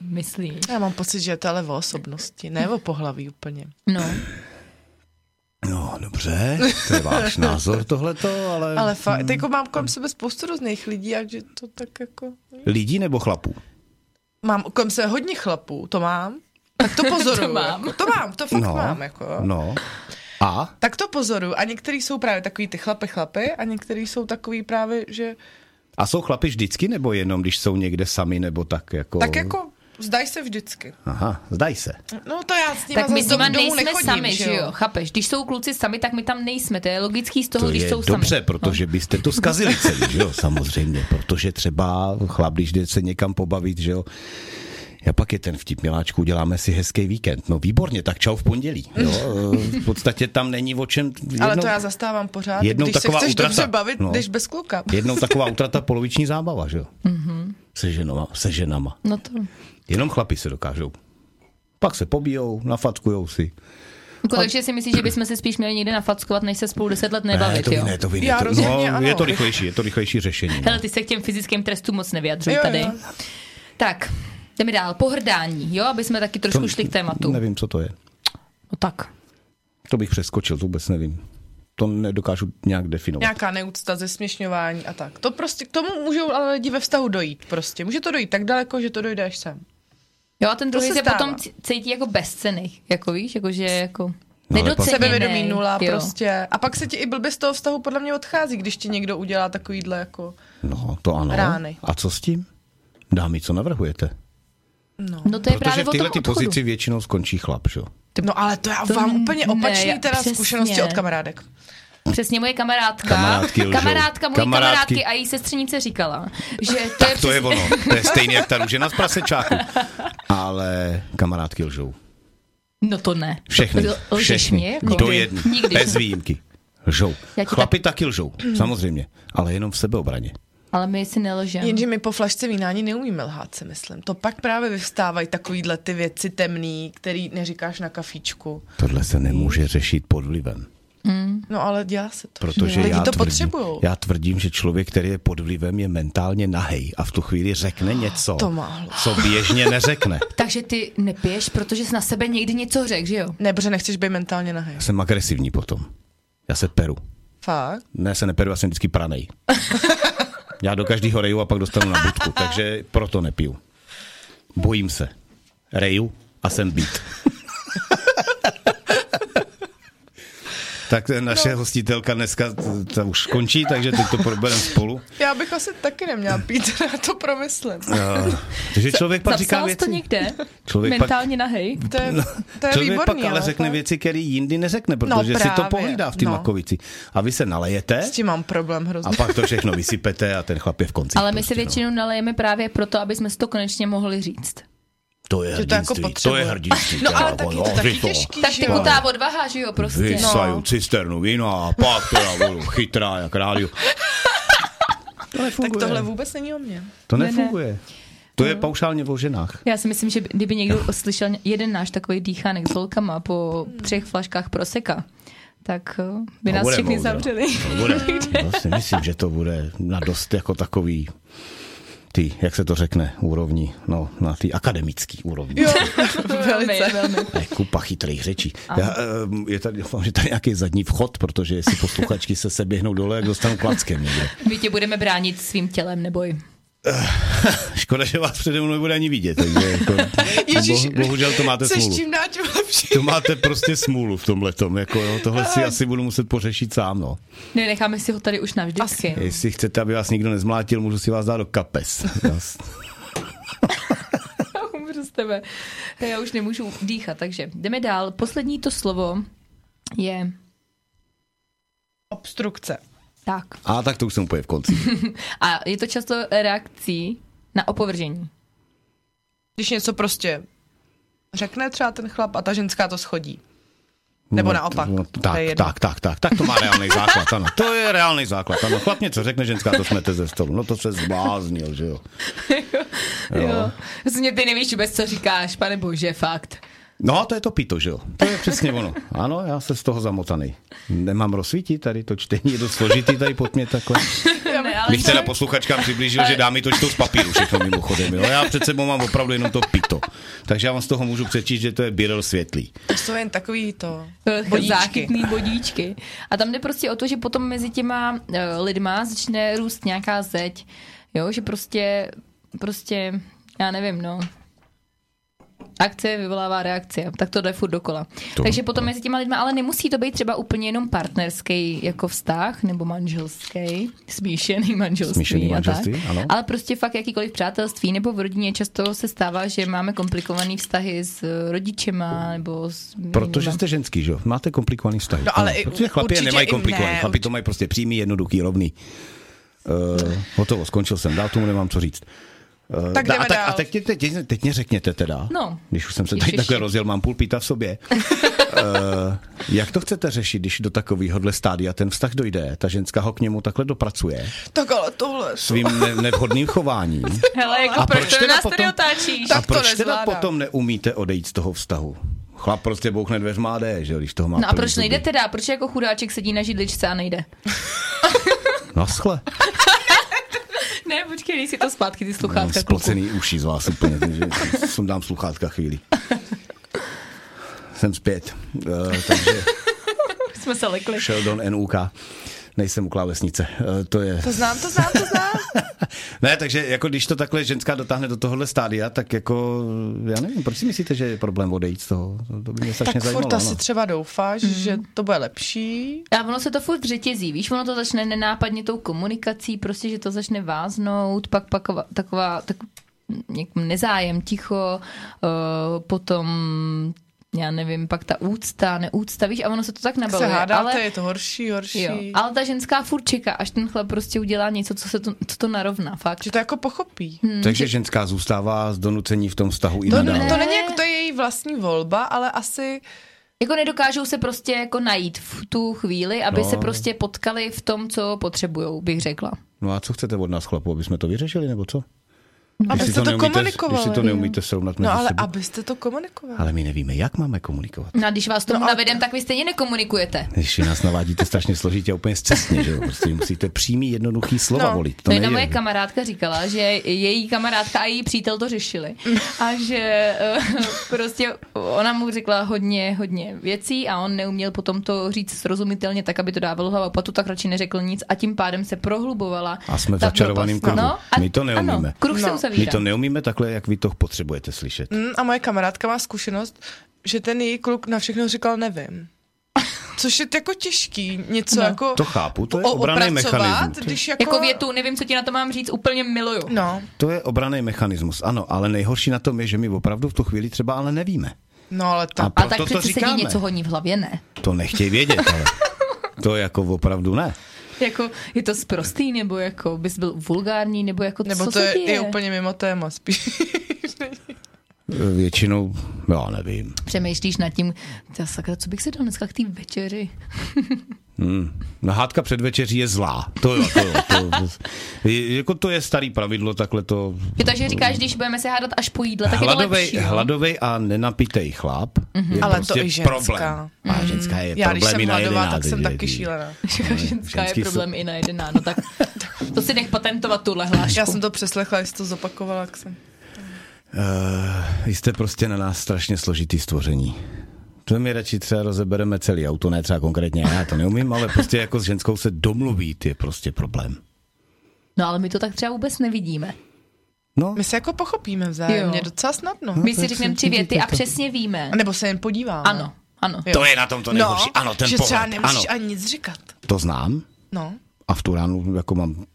C: Myslíš?
B: Já mám pocit, že je to ale o osobnosti, ne o pohlaví úplně.
C: No.
D: No, dobře, to
C: *laughs*
D: je váš názor tohleto, ale,
B: Ale fakt, jako mám kolem sebe spoustu různých lidí, a že to tak jako...
D: lidí nebo chlapů?
B: Mám kolem sebe hodně chlapů, to mám. *laughs* Tak to pozoruju.
C: To mám.
B: Jako, to mám, to fakt
D: No,
B: mám, jako.
D: no. A
B: Tak to pozoruju. A některý jsou právě takový ty chlape chlapy a některý jsou takový právě, že...
D: A jsou chlapi vždycky, nebo jenom když jsou někde sami, nebo tak jako...
B: Tak jako zdají se vždycky.
D: Aha, zdají se.
B: No to já s nima
C: Tak my s
B: zase
C: nima
B: do, domů
C: nejsme
B: nechodím,
C: sami, že jo? Chápeš? Když jsou kluci sami, tak my tam nejsme. To je logický z toho,
D: to
C: když
D: je
C: jsou
D: dobře,
C: sami. No.
D: protože byste to zkazili celý, *laughs* že jo, samozřejmě. Protože třeba chlap, když jde se někam pobavit, že jo, já pak je ten vtip, miláčku, uděláme si hezký víkend. No výborně, tak čau v pondělí.
C: *laughs*
D: Jo. Eh, V podstatě tam není o čem... Jednou,
B: Ale to já zastávám pořád.
D: jednou
B: Když se
D: taková
B: chceš
D: útrata.
B: dobře bavit,
D: No.
B: jdeš bez kluka.
D: Jednou taková
C: *laughs*
D: utrata poloviční zábava, že jo?
C: Mhm.
D: Se, ženoma, se ženama.
C: No to...
D: Jenom chlapi se dokážou. Pak se pobijou, nafackujou si.
C: Jako, takže si myslíš, že bychom se spíš měli někde nafackovat, než se spolu deset let
D: ne,
C: nebavit,
D: to vy
C: jo?
D: ne, to vy ne.
B: Já
D: to,
B: rozhodně
D: no,
B: ano.
D: je to rychlejší, je to rychlejší řešení. No.
C: *laughs* Hele, ty se k těm fyzickým trestům moc nevyjadřuj
B: Jo,
C: tady.
B: jo.
C: Tak, jdeme dál. Pohrdání, jo? Aby jsme taky trošku šli k tématu.
D: Nevím, co to je.
C: No tak.
D: To bych přeskočil, to vůbec nevím. To nedokážu nějak definovat. Nějak...
B: Nějaká neúcta, zesměšňování a tak. To prostě, k tomu můžou ale lidi ve vztahu dojít prostě. Může to dojít tak daleko, že to dojde až sem.
C: Jo, a ten druhý
B: se
C: se, se
B: stává.
C: potom c- cítí jako bezcený, jako víš, jako že jako
D: No, ale pak-
C: nedoceněný.
B: Sebevědomí nula
C: jo.
B: prostě. A pak se ti i blbě z toho vztahu podle mě odchází, když ti někdo udělá takovýhle jako...
D: No, to ano.
B: Rány.
D: A co s tím? Dámy, co navrhujete?
C: No to je
D: Protože
C: právě
D: v
C: o tom
D: této
C: odchodu.
D: pozici většinou skončí chlap, že? jo?
B: No ale to já
C: To
B: vám
C: ne,
B: úplně opačný
C: já-
B: teda
C: přesně.
B: zkušenosti od kamarádek.
C: Přesně moje kamarádka,
D: Kamarádky lžou.
C: kamarádka mojí
D: Kamarádky.
C: kamarádky. a její sestřenice říkala, že to je
D: Tak to
C: přesně-
D: je ono. To je stejný jak ta růžena z prasečáku. Ale kamarádky lžou.
C: No to ne.
D: Všechny.
C: L- Lžeš
D: všechny.
C: mě? Jako?
D: Do jedné.
C: Nikdy.
D: Bez výjimky. Lžou.
C: Já ti
D: Chlapi taky lžou, samozřejmě. Ale jenom v sebeobraně.
C: Ale my si nelžeme.
B: Jenže my po flašce vína ani neumíme lhát, si myslím. To pak právě vyvstávají takovýhle ty věci temný, který neříkáš na kafíčku.
D: Tohle se nemůže řešit pod vlivem.
B: No ale dělá se to.
D: Protože
B: Lidi
D: já,
B: to
D: tvrdím,
B: potřebují.
D: já tvrdím, že člověk, který je pod vlivem, je mentálně nahej a v tu chvíli řekne něco,
B: Ah, To málo.
D: co běžně neřekne.
C: Takže ty nepiješ, protože jsi na sebe někdy něco řekl, že jo?
B: Ne, protože nechceš být mentálně nahý.
D: Já jsem agresivní potom. Já se peru.
B: Fakt?
D: Ne, se neperu, já jsem vždycky pranej. Já do každého reju a pak dostanu na budku, takže proto nepiju. Bojím se. Reju a jsem být. tak naše no. hostitelka dneska t- ta už končí, takže teď to probereme spolu.
B: Já bych asi taky neměla pít, *laughs* já to promyslím.
D: Uh, takže člověk pak říká
C: Zapsal jsi
D: věci.
C: to někde?
D: Člověk pak- Prostě
C: Mentálně nahej?
B: To je, to je
D: No, Člověk
B: výborný,
D: pak ale řekne
B: fakt.
D: věci, které jindy neřekne,
B: No
D: protože si to
B: právě,
D: pohlídá v té
B: no.
D: Makovici. A vy se nalejete
B: S tím mám problém hrozně.
D: a pak to všechno vysypete a ten chlap je v konci.
C: Ale my si
D: prostě, no.
C: většinou nalejeme právě proto, aby jsme si to konečně mohli říct.
D: To je
B: Že to jako
D: hrdinství, to,
B: potřebuje.
D: je hrdinství.
B: No ale
D: kámo,
B: taky
D: no,
B: to taky
D: vy to.
B: těžký, No.
C: Tak
B: že
C: ty
B: jo?
C: kutá odvaha, že jo, prostě.
D: Vysaju cisternu vína a pak to já budu chytrá jak rádio. To
B: Tak
D: nefunguje.
B: tohle vůbec není o mě.
D: To nefunguje. To je paušálně o ženách.
C: Já si myslím, že kdyby někdo slyšel jeden náš takový dýchánek s holkama po třech flaškách proseka, tak eh, by
D: To
C: nás
D: bude
C: všechny
D: moudro.
C: zavřeli.
D: To bude. To si myslím, že to bude na dost jako takový ty, jak se to řekne, úrovni, no na ty akademický
B: *laughs*
D: úrovni. Jo.
C: *laughs* velmi, velmi.
D: Ne, kupa chytrých řečí. Já, ehm, je tady, doufám, že tady nějaký zadní vchod, protože jestli posluchačky se seběhnou dole, jak dostanou klackem někde.
C: My tě budeme bránit svým tělem, neboj.
D: Škoda, že vás přede mnou nebude ani vidět. Takže jako,
B: Ježíš,
D: bohu, bohužel to máte
B: Seš
D: smůlu.
B: čím dál tím lepší.
D: To máte prostě smůlu v tomhle tom. Jako, jo, tohle si asi budu muset pořešit sám. No.
C: Ne, necháme si ho tady už navždycky. *laughs* Asi.
D: Jestli chcete, aby vás nikdo nezmlátil, můžu si vás dát do kapes. Jas-
C: Umřu z tebe. Já už nemůžu dýchat, takže jdeme dál. Poslední to slovo je
B: Obstrukce.
C: tak.
D: A tak to už jsem úplně v konci.
C: A je to často reakcí na opovržení.
B: Když něco prostě řekne třeba ten chlap a ta ženská to schodí. *laughs* Nebo naopak. To
D: No, tak,
B: je jedno.
D: tak, tak, tak, tak to má reálný základ, ano. To je reálný základ, ano. Chlap něco řekne, ženská to smete ze stolu. No to se zbláznil, že jo.
C: Jo. Vlastně ty nevíš vůbec, co říkáš, pane bože, fakt.
D: No a to je to pito, že jo? To je přesně ono. Ano, já se z toho zamotaný. Nemám rozsvítit tady, to čtení je dost složitý tady pod mě takhle.
C: Ne, ale
D: Bych teda posluchačkám přiblížil, že dámy to čtou z papíru všechno mimochodem, jo? Já před sebou mám opravdu jenom to pito. Takže já vám z toho můžu přečíst, že to je birel světlý.
B: To jsou jen takový to
C: bodíčky.
B: bodíčky.
C: Eh, záchytný bodíčky. A tam jde prostě o to, že potom mezi těma eh, lidma začne růst nějaká zeď, jo, že prostě, prostě, já nevím, no, Akce vyvolává reakci, a tak to jde furt dokola.
D: To-
C: To, Takže potom mezi těma lidma, ale nemusí to být třeba úplně jenom partnerský jako vztah, nebo manželský, smíšený manželství.
D: Smíšený
C: a
D: manželství,
C: tak.
D: ano.
C: Ale prostě fakt jakýkoliv přátelství nebo v rodině často se stává, že máme komplikované vztahy s eh, rodičema nebo s
D: Protože
C: jinýma.
D: jste ženský, že jo? Máte komplikovaný vztah.
B: No, ale
D: Ano,
B: i-
D: protože chlapi je
B: určitě
D: nemají
B: i
D: komplikovaný.
B: ne,
D: chlapi to mají prostě přímý, jednoduchý, rovný. Uh, hotovo, skončil jsem, dál tomu nemám co říct. Uh,
B: Tak jdeme
D: a, tak,
B: dál.
D: a teď, teď, teď, teď mě řekněte teda,
C: No.
D: když už jsem se tady
C: Ježiši.
D: takhle rozjel, mám půl píta v sobě. uh, jak to chcete řešit, když do takovéhohle stádia ten vztah dojde, ta ženská ho k němu takhle dopracuje
B: Tak ale tohle.
D: svým ne- nevhodným chováním?
C: Hele, jako
D: A
C: proč,
D: proč
C: to
D: teda
C: nás
D: potom-
C: tady otáčíš?
B: *laughs*
D: a
B: Tak to
D: proč teda
B: nezvládám.
D: potom neumíte odejít z toho vztahu? Chlap prostě bouchne dveřma a jde, že jo, když toho má
C: No a
D: plný
C: proč
D: zuby.
C: nejde teda? Proč jako chudáček sedí na židličce a nejde?
D: Naschle.
C: Ne, počkej, dej si to zpátky, ty
D: Mám
C: sluchátka, kluku.
D: splocený uši z vás úplně, takže sundám sluchátka chvíli. Jsem zpět, uh, takže
C: Jsme se lekli.
D: Sheldon NUK. nejsem u klávesnice. Eh, To je...
B: To znám, to znám, to znám.
D: Ne, takže jako když to takhle ženská dotáhne do tohohle stádia, tak jako, já nevím, proč si myslíte, že je problém odejít z toho? To by mě *laughs* strašně
B: tak
D: zajímalo.
B: furt asi
D: no.
B: třeba doufáš, mm. že to bude lepší.
C: A ono se to furt řetězí, víš, ono to začne nenápadně tou komunikací, prostě, že to začne váznout, pak, pak taková, tak, nějak nezájem, ticho, uh, potom já nevím, pak ta úcta, neúcta, víš, a ono se to tak
B: Tak se
C: nabaluje.
B: hádáte,
C: ale,
B: je to horší, horší.
C: jo, ale ta ženská furt čeká, až ten chlap prostě udělá něco, co, se to, co to narovná, fakt.
B: Že to jako pochopí.
D: Takže ženská zůstává z donucení v tom vztahu i
B: To,
D: nadále.
B: to není jako, to je její vlastní volba, ale asi
C: Jako nedokážou se prostě jako najít v tu chvíli, aby
D: No.
C: no. se prostě potkali v tom, co potřebujou, bych řekla.
D: No a co chcete od nás, chlapů, aby jsme to vyřešili, nebo co?
B: Abyste to
D: Jestli neumíte-
B: komunikovali.
D: Jestli to neumíte srovnat mezi
B: No ale
D: sebou.
B: abyste to komunikovali.
D: Ale my nevíme, jak máme komunikovat.
C: No a když vás tomu no, navedem, tak vy stejně nekomunikujete.
D: Když nás navádíte strašně složitě a úplně zcestně, že jo? Prostě musíte přímý, jednoduchý slova
B: No.
D: volit.
C: To
D: To
C: jedna
D: nejde.
C: moje kamarádka říkala, že její kamarádka a její přítel to řešili. A že eh, *laughs* prostě ona mu řekla hodně, hodně věcí a on neuměl potom to říct srozumitelně tak, aby to dávalo hlavu a patu, tak radši neřekl nic a tím pádem se prohlubovala.
D: A jsme v
C: ta
D: začarovaném
C: propast. No,
D: kruhu.
C: a-
D: My to neumíme.
C: Ano, kruh se
B: No.
C: uzavírá.
D: My to neumíme takhle, jak vy to potřebujete slyšet.
B: Mm, a moje kamarádka má zkušenost, že ten její kluk na všechno říkal nevím. Což je jako těžký, něco
C: No.
B: jako
D: To chápu, to je
B: o-
D: obraný
B: opracovat,
D: mechanismus.
B: Když jako,
C: Jako větu, nevím, co ti na to mám říct, úplně miluju.
B: No,
D: To je obraný mechanismus, ano, ale nejhorší na tom je, že my opravdu v tu chvíli třeba ale nevíme.
B: no ale to...
D: A
C: A
D: proto
C: tak
D: to
C: přece
D: říkáme.
C: sedí něco hodní v hlavě, ne?
D: To nechtějí vědět, ale to jako opravdu ne.
C: Jako, je to sprostý, nebo jako bys byl vulgární, nebo jako
B: Nebo
C: co
B: to
C: se
B: je,
C: děje?
B: je úplně mimo téma spíš.
D: Většinou, já nevím.
C: Přemýšlíš nad tím, "Ty sakra, co bych si dal dneska k té večeři?
D: Hmm. No, hádka před večeří je zlá. To jo, to jo. To, je- jako to je starý pravidlo, takhle to...
C: Jo, takže říkáš, když budeme se hádat až po jídle, tak je to
D: Hladovej,
C: lepší. no. jo? *laughs*
D: hladovej a nenapitej chlap
B: no.
D: je
B: Mhm. Ale to
D: prostě
B: i ženská. Mhm.
D: problém. A ženská je
B: Já když
D: problém i
B: jsem
D: na
B: hladová, tak
D: 11,
B: jsem
D: že-
B: taky
D: že-
B: šílená.
C: Jako Ženská je
D: ženský jsou-
C: problém i na jedená, no tak to si nech patentovat tuhle hlášku.
B: Já jsem to přeslechla, jestli to zopakovala, jak jsem...
D: Uh, jste prostě na nás strašně složitý stvoření. To my radši třeba rozebereme celý auto, ne třeba konkrétně já to neumím, ale prostě jako s ženskou se domluvit je prostě problém.
C: No ale my to tak třeba vůbec nevidíme.
D: No,
B: My se jako pochopíme vzájemně
C: Jo.
B: docela snadno.
C: My si řekneme tři věty a přesně víme.
B: A nebo se jen podíváme.
C: Ano, ano.
B: Jo.
D: to je na tom to nejhorší.
B: No,
D: ano, ten
B: že
D: pohled.
B: třeba nemusíš
D: ano,
B: ani nic říkat.
D: to znám
B: No.
D: a v tu ránu jako mám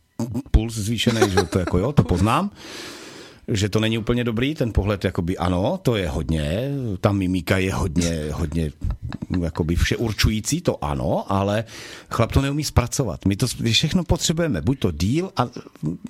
D: puls zvýšený, že to jako jo, to poznám. Že to není úplně dobrý, ten pohled jakoby ano, to je hodně, ta mimika je hodně, hodně jakoby všeurčující, to ano, ale chlap to neumí zpracovat. My to všechno potřebujeme, buď to díl a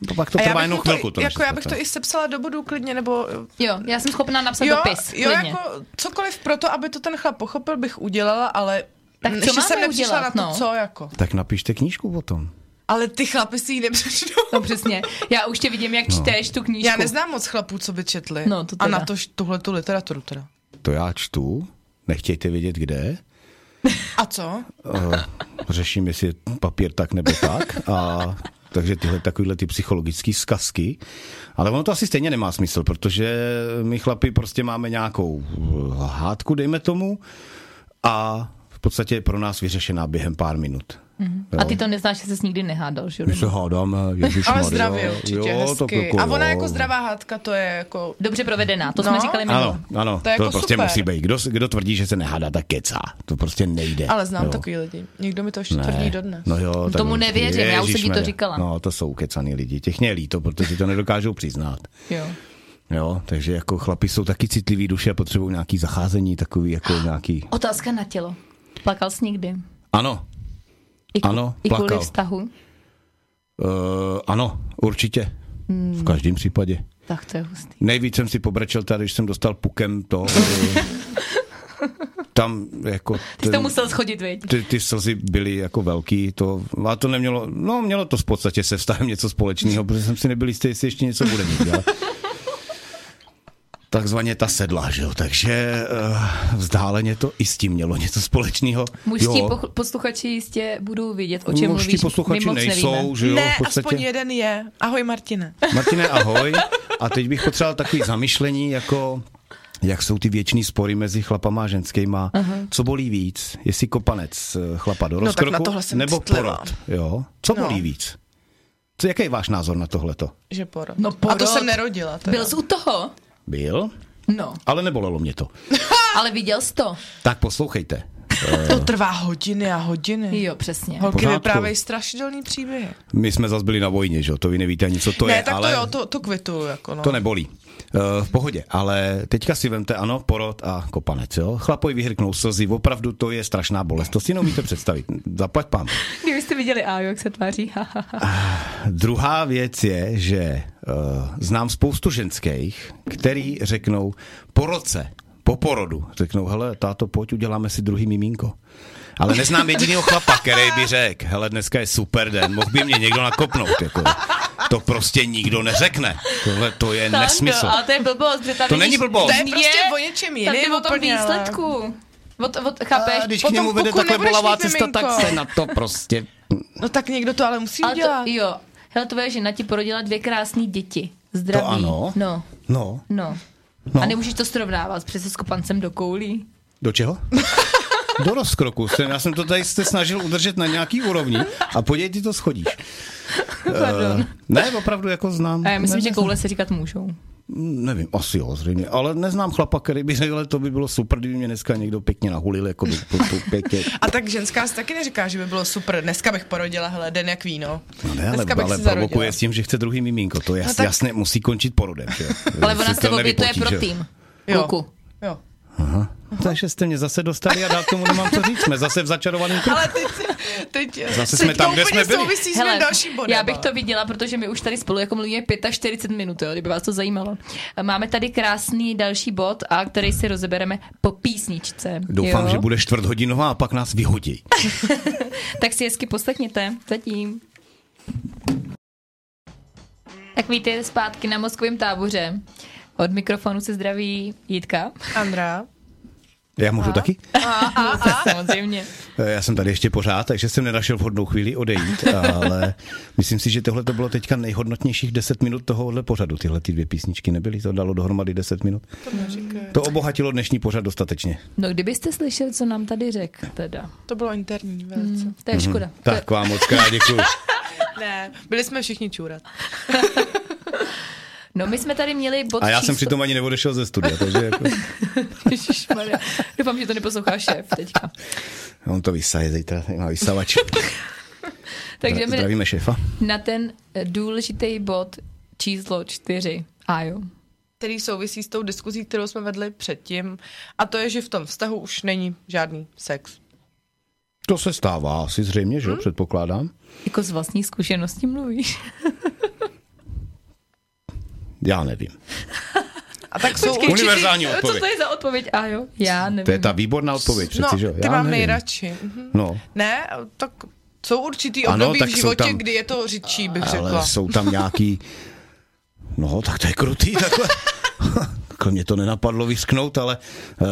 D: to pak to
B: a já
D: trvá
B: bych,
D: jenom
B: mu
D: chvilku.
B: to,
D: než
B: jako já bych to
D: zpracujeme.
B: i sepsala do bodu klidně, nebo...
C: Jo, já jsem schopná napsat
B: jo,
C: dopis.
B: jo
C: klidně.
B: jako cokoliv pro to, aby to ten chlap pochopil, bych udělala, ale
C: Tak co
B: ještě
C: máme
B: jsem nepřišla
C: udělat,
B: na to,
C: no?
B: co jako.
D: Tak napište knížku o tom.
B: Ale ty chlapy si ji nepřečtou.
C: No přesně. Já už tě vidím, jak čteš tu knížku.
B: Já neznám moc chlapů, co by četli.
C: No, to
B: a
C: teda.
B: na to tuhle tu literaturu teda.
D: To já čtu, nechtějte vědět kde,
B: A co?
D: Eh, řeším, jestli je papír tak nebo tak. A takže tyhle takovýhle ty psychologické zkazky. Ale ono to asi stejně nemá smysl, protože my chlapi prostě máme nějakou eh, hádku, dejme tomu, a v podstatě je pro nás vyřešená během pár minut.
B: Mhm.
C: A ty to neznáš, že ses nikdy nehádal, že jo?
D: My se hádáme, ježiš
B: Ale zdravě určitě, hezky. a ona jako zdravá hádka, to je jako...
C: Dobře provedená, to
B: No.
C: jsme říkali minule.
D: Ano, ano,
B: To
D: to,
B: je
D: to
B: jako
D: prostě
B: super.
D: musí být. Kdo, kdo tvrdí, že se nehádá, tak kecá. To prostě nejde.
B: Ale znám
D: Jo.
B: takový lidi. Někdo mi to ještě
D: Ne.
B: tvrdí dodnes.
D: No jo, tak
C: Tomu
D: on-
C: nevěřím, já už jsem ti to
D: Ježišmarja.
C: říkala.
D: No, to jsou kecaný lidi, těch mě je líto, protože to nedokážou přiznat.
C: Jo.
D: Jo, takže jako chlapi jsou taky citlivý duše a potřebují nějaký zacházení,
C: *gasps*
D: takový jako nějaký...
C: Otázka na tělo. Plakal jsi někdy?
D: Ano,
C: I, ků-
D: Ano,
C: I kvůli
D: plakal.
C: vztahu?
D: uh, ano, určitě.
C: Hmm.
D: V každém případě.
C: Tak to je hustý.
D: Nejvíc jsem si pobrečel tady, když jsem dostal pukem
C: *laughs*
D: to. eh, tam jako...
C: Ty jsi to
D: ten-
C: musel schodit, viď?
D: ty, ty slzy byly jako velký, to, a to nemělo, no mělo to v podstatě se vztahem něco společného, protože jsem si nebyl jistý, jestli ještě něco bude mít, ale takzvaně ta sedla, že jo, takže eh, vzdáleně to i s tím mělo něco společného.
C: Mužští
D: jo,
C: poch- posluchači jistě budou vědět, o čem
D: mužští
C: mluvíš.
D: posluchači
C: My moc
D: nejsou,
C: nevíme.
D: že jo,
B: ne,
D: v podstatě.
B: aspoň jeden je. Ahoj Martine.
D: Martine, ahoj. A teď bych potřeboval takový zamyšlení, jako jak jsou ty věčný spory mezi chlapama a ženskýma. Uh-huh. Co bolí víc? Jestli kopanec eh, chlapa do
B: Mhm. No, tak
D: rozkroku
B: na tohle jsem
D: nebo
B: citlivá.
D: porod? Jo? Co
B: No.
D: bolí víc? Co, jaký je váš názor na tohleto?
B: Že porod.
C: No
B: A to
C: porod.
B: jsem nerodila. Teda.
C: Byl jsi u toho?
D: Byl,
C: No,
D: ale nebolelo mě to.
C: ale viděl jsi to?
D: Tak poslouchejte.
B: To trvá hodiny a hodiny.
C: Jo, přesně.
B: Holky
D: Pořádku.
B: vyprávějí strašidelný příběhy.
D: My jsme zas byli na vojně, že jo? To vy nevíte ani, co to
B: ne,
D: je,
B: tak
D: ale...
B: to jo, to, to kvitu. Jako no.
D: To nebolí. Eh, V pohodě, ale teďka si vemte, ano, porod a kopanec, jo? Chlapovi vyhrknou slzy, opravdu to je strašná bolest, to si jenom víte představit, zaplať pán.
C: Kdybyste viděli Aju, jak se tváří,
D: Druhá věc je, že uh, znám spoustu ženských, který řeknou po roce, po porodu, řeknou, hele, táto, pojď, uděláme si druhý mimínko. Ale neznám jedinýho chlapa, který by řekl, hele, dneska je super den, mohl by mě někdo nakopnout, jako. To prostě nikdo neřekne. Tohle to je nesmysl.
C: Ale to je blbost, že tady
D: To není blbost. To
B: je prostě o něčem jiným
C: Tak o tom
B: úplně, ale-
C: výsledku. Od, od,
D: A
C: chápeš?
D: když k
B: potom
D: němu vede
B: puku
D: takhle
B: nebudeš
D: bolavá
B: mít
D: cesta, tak
B: miminko.
D: se na to prostě...
B: No tak někdo to ale musí
C: Ale
B: udělat.
C: to, jo. Hele, tvoje žena ti porodila dvě krásné děti. Zdraví.
D: To ano.
C: No,
D: No,
C: no.
D: No.
C: no. A nemůžeš to srovnávat přece s kopancem do koulí. *laughs*
D: do čeho? Do rozkroku. Jsem- Já jsem to tady se snažil udržet na nějaký úrovni a podívej, ty to schodíš. Eh.
C: *laughs*
D: Pardon. ne, opravdu jako znám.
C: A já myslím,
D: ne,
C: že koule se říkat můžou.
D: Nevím, asi jo, zřejmě. Ale neznám chlapa, který by řekl, "Ale to by bylo super, kdyby mě dneska někdo pěkně nahulil, jako by po, po, pěkně.
B: A tak ženská si taky neříká, že by bylo super. Dneska bych porodila, hele, den jak víno.
D: No ne, ale,
B: Dneska bych
D: ale
B: si
D: provokuje
B: zarodila.
D: s tím, že chce druhý mimínko. To jas, no
B: No
D: tak...
B: tak-
D: jasně musí končit porodem. Že? jo.
C: Ale
D: Eh, Si
C: ona s
D: to
C: tebou
D: nevypotíš,
C: bytuje pro
D: že jo.
C: tým.
B: Jo.
C: Kluku.
B: Jo.
D: Aha. Takže jste mě zase dostali a dál tomu nemám co říct. Jsme zase v začarovaném kruhu.
B: Ale teď, se- teď,
D: Zase
B: teď
D: jsme tam,
B: to
D: kde
B: úplně
D: jsme byli.
B: souvisí s mým dalším bodem.
C: já bych
B: ale.
C: to viděla, protože my už tady spolu jako mluvíme 45 minut, jo, kdyby vás to zajímalo. Máme tady krásný další bod, a který si rozebereme po písničce.
D: Doufám,
C: jo?
D: že bude čtvrthodinová a pak nás vyhodí.
C: Tak si hezky poslechněte. Zatím. Tak vítejte zpátky na mozkovém táboře. Od mikrofonu se zdraví Jitka.
B: Andra.
D: Já můžu taky?
C: *laughs* Samozřejmě.
D: Eh, Já jsem tady ještě pořád, takže jsem nenašel vhodnou chvíli odejít, ale myslím si, že tohle to bylo teďka nejhodnotnějších 10 minut tohohle pořadu. Tyhle ty dvě písničky nebyly, to dalo dohromady 10 minut.
B: To neříkej.
D: To obohatilo dnešní pořad dostatečně.
C: No kdybyste slyšeli, co nám tady řekl, teda.
B: To bylo interní velice.
C: To je škoda. To je-
D: Mhm. Tak vám moc
C: *laughs*
D: krát děkuji.
B: Ne, byli jsme všichni čůrat.
C: No my jsme tady měli bod
D: A já
C: číslo...
D: jsem přitom ani neodešel ze studia, takže jako,
C: *laughs* Ježišmarja. Doufám, že to neposlouchá šéf teďka.
D: on to vysaje zítra, má vysavač.
C: *laughs* Takže my
D: Zdravíme šéfa.
C: na ten eh, důležitý bod číslo čtyři. A jo.
B: Který souvisí s tou diskuzí, kterou jsme vedli předtím. A to je, že v tom vztahu už není žádný sex.
D: To se stává asi zřejmě,
C: Hmm.
D: že jo, předpokládám.
C: Jako z vlastní zkušenosti mluvíš.
D: Já nevím.
B: A tak jsou
C: Počkej,
B: určitě...
D: Univerzální
C: Co
D: odpověď.
C: to je za odpověď? A jo, já nevím.
D: To je ta výborná odpověď přeci,
B: No,
D: že jo?
B: ty
D: Já
B: mám
D: nevím.
B: nejradši. Mhm.
D: No,
B: Ne, tak jsou určitý
D: Ano,
B: období
D: tak
B: v
D: jsou
B: životě,
D: tam-
B: kdy je to řidší, bych
D: Ale
B: řekla.
D: jsou tam nějaký... No, tak to je krutý, takhle. *laughs* Takhle mě to nenapadlo vysknout, ale uh,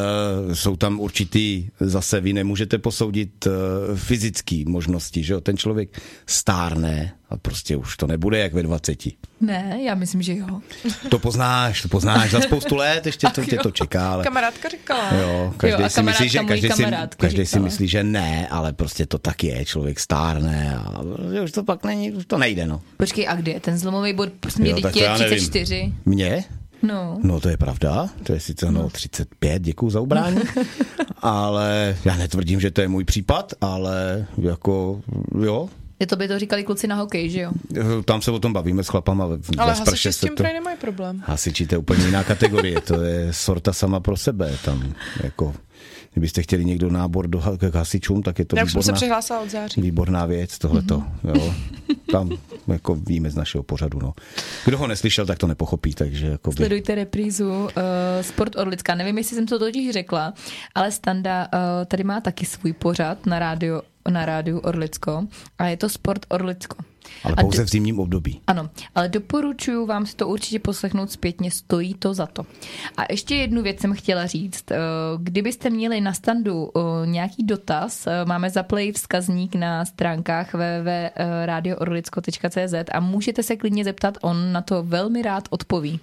D: jsou tam určitý, zase vy nemůžete posoudit uh, fyzické možnosti, že jo? Ten člověk stárne a prostě už to nebude jak ve 20.
C: Ne, já myslím, že jo.
D: To poznáš, to poznáš za spoustu
B: *laughs*
D: let, ještě to tě to čeká, ale...
B: Kamarádka říkala.
D: Jo, každý,
C: Jo, a
D: si myslí,
C: kamarádka
D: že,
C: mojí
D: každý, si,
C: kamarádky
D: každý si
C: říkala.
D: myslí, že ne, ale prostě to tak je, člověk stárne a že už to pak není, už to nejde, no.
C: Počkej, a kde je ten zlomový bod? Prostě mě
D: Jo, tak
C: dítě
D: to já
C: je
D: nevím.
C: 34.
D: Mně?
C: No.
D: No to je pravda, to je sice no 35, děkuju
B: *laughs*
D: za ubrání, ale já netvrdím, že to je můj případ, ale jako jo,
C: Je to by to říkali kluci na hokej, že jo?
D: tam se o tom bavíme s chlapama ve,
B: Ale
D: ve
B: hasiči
D: sprše.
B: s
D: se
B: tím
D: to,
B: prý nemají problém.
D: hasiči to je úplně jiná kategorie, to je sorta sama pro sebe, tam jako, kdybyste chtěli někdo nábor do, ha- k hasičům, tak je to
B: Já už jsem se
D: výborná,
B: přihlásila od září. Mhm.
D: výborná věc, tohleto, jo. Tam jako víme z našeho pořadu, no. Kdo ho neslyšel, tak to nepochopí, takže jako by...
C: Sledujte reprízu uh, Sport Orlická. Nevím, jestli jsem to totiž řekla, ale Standa uh, tady má taky svůj pořad na rádiu, na rádiu Orlicko a je to Sport Orlicko.
D: Ale
C: A
D: pouze
C: do-
D: v zimním období.
C: Ano, ale doporučuju vám si to určitě poslechnout zpětně, stojí to za to. A ještě jednu věc jsem chtěla říct. Eh, Kdybyste měli na standu eh, nějaký dotaz, eh, máme zaplay vzkazník na stránkách eh, www.radioorlicko.cz a můžete se klidně zeptat, on na to velmi rád odpoví.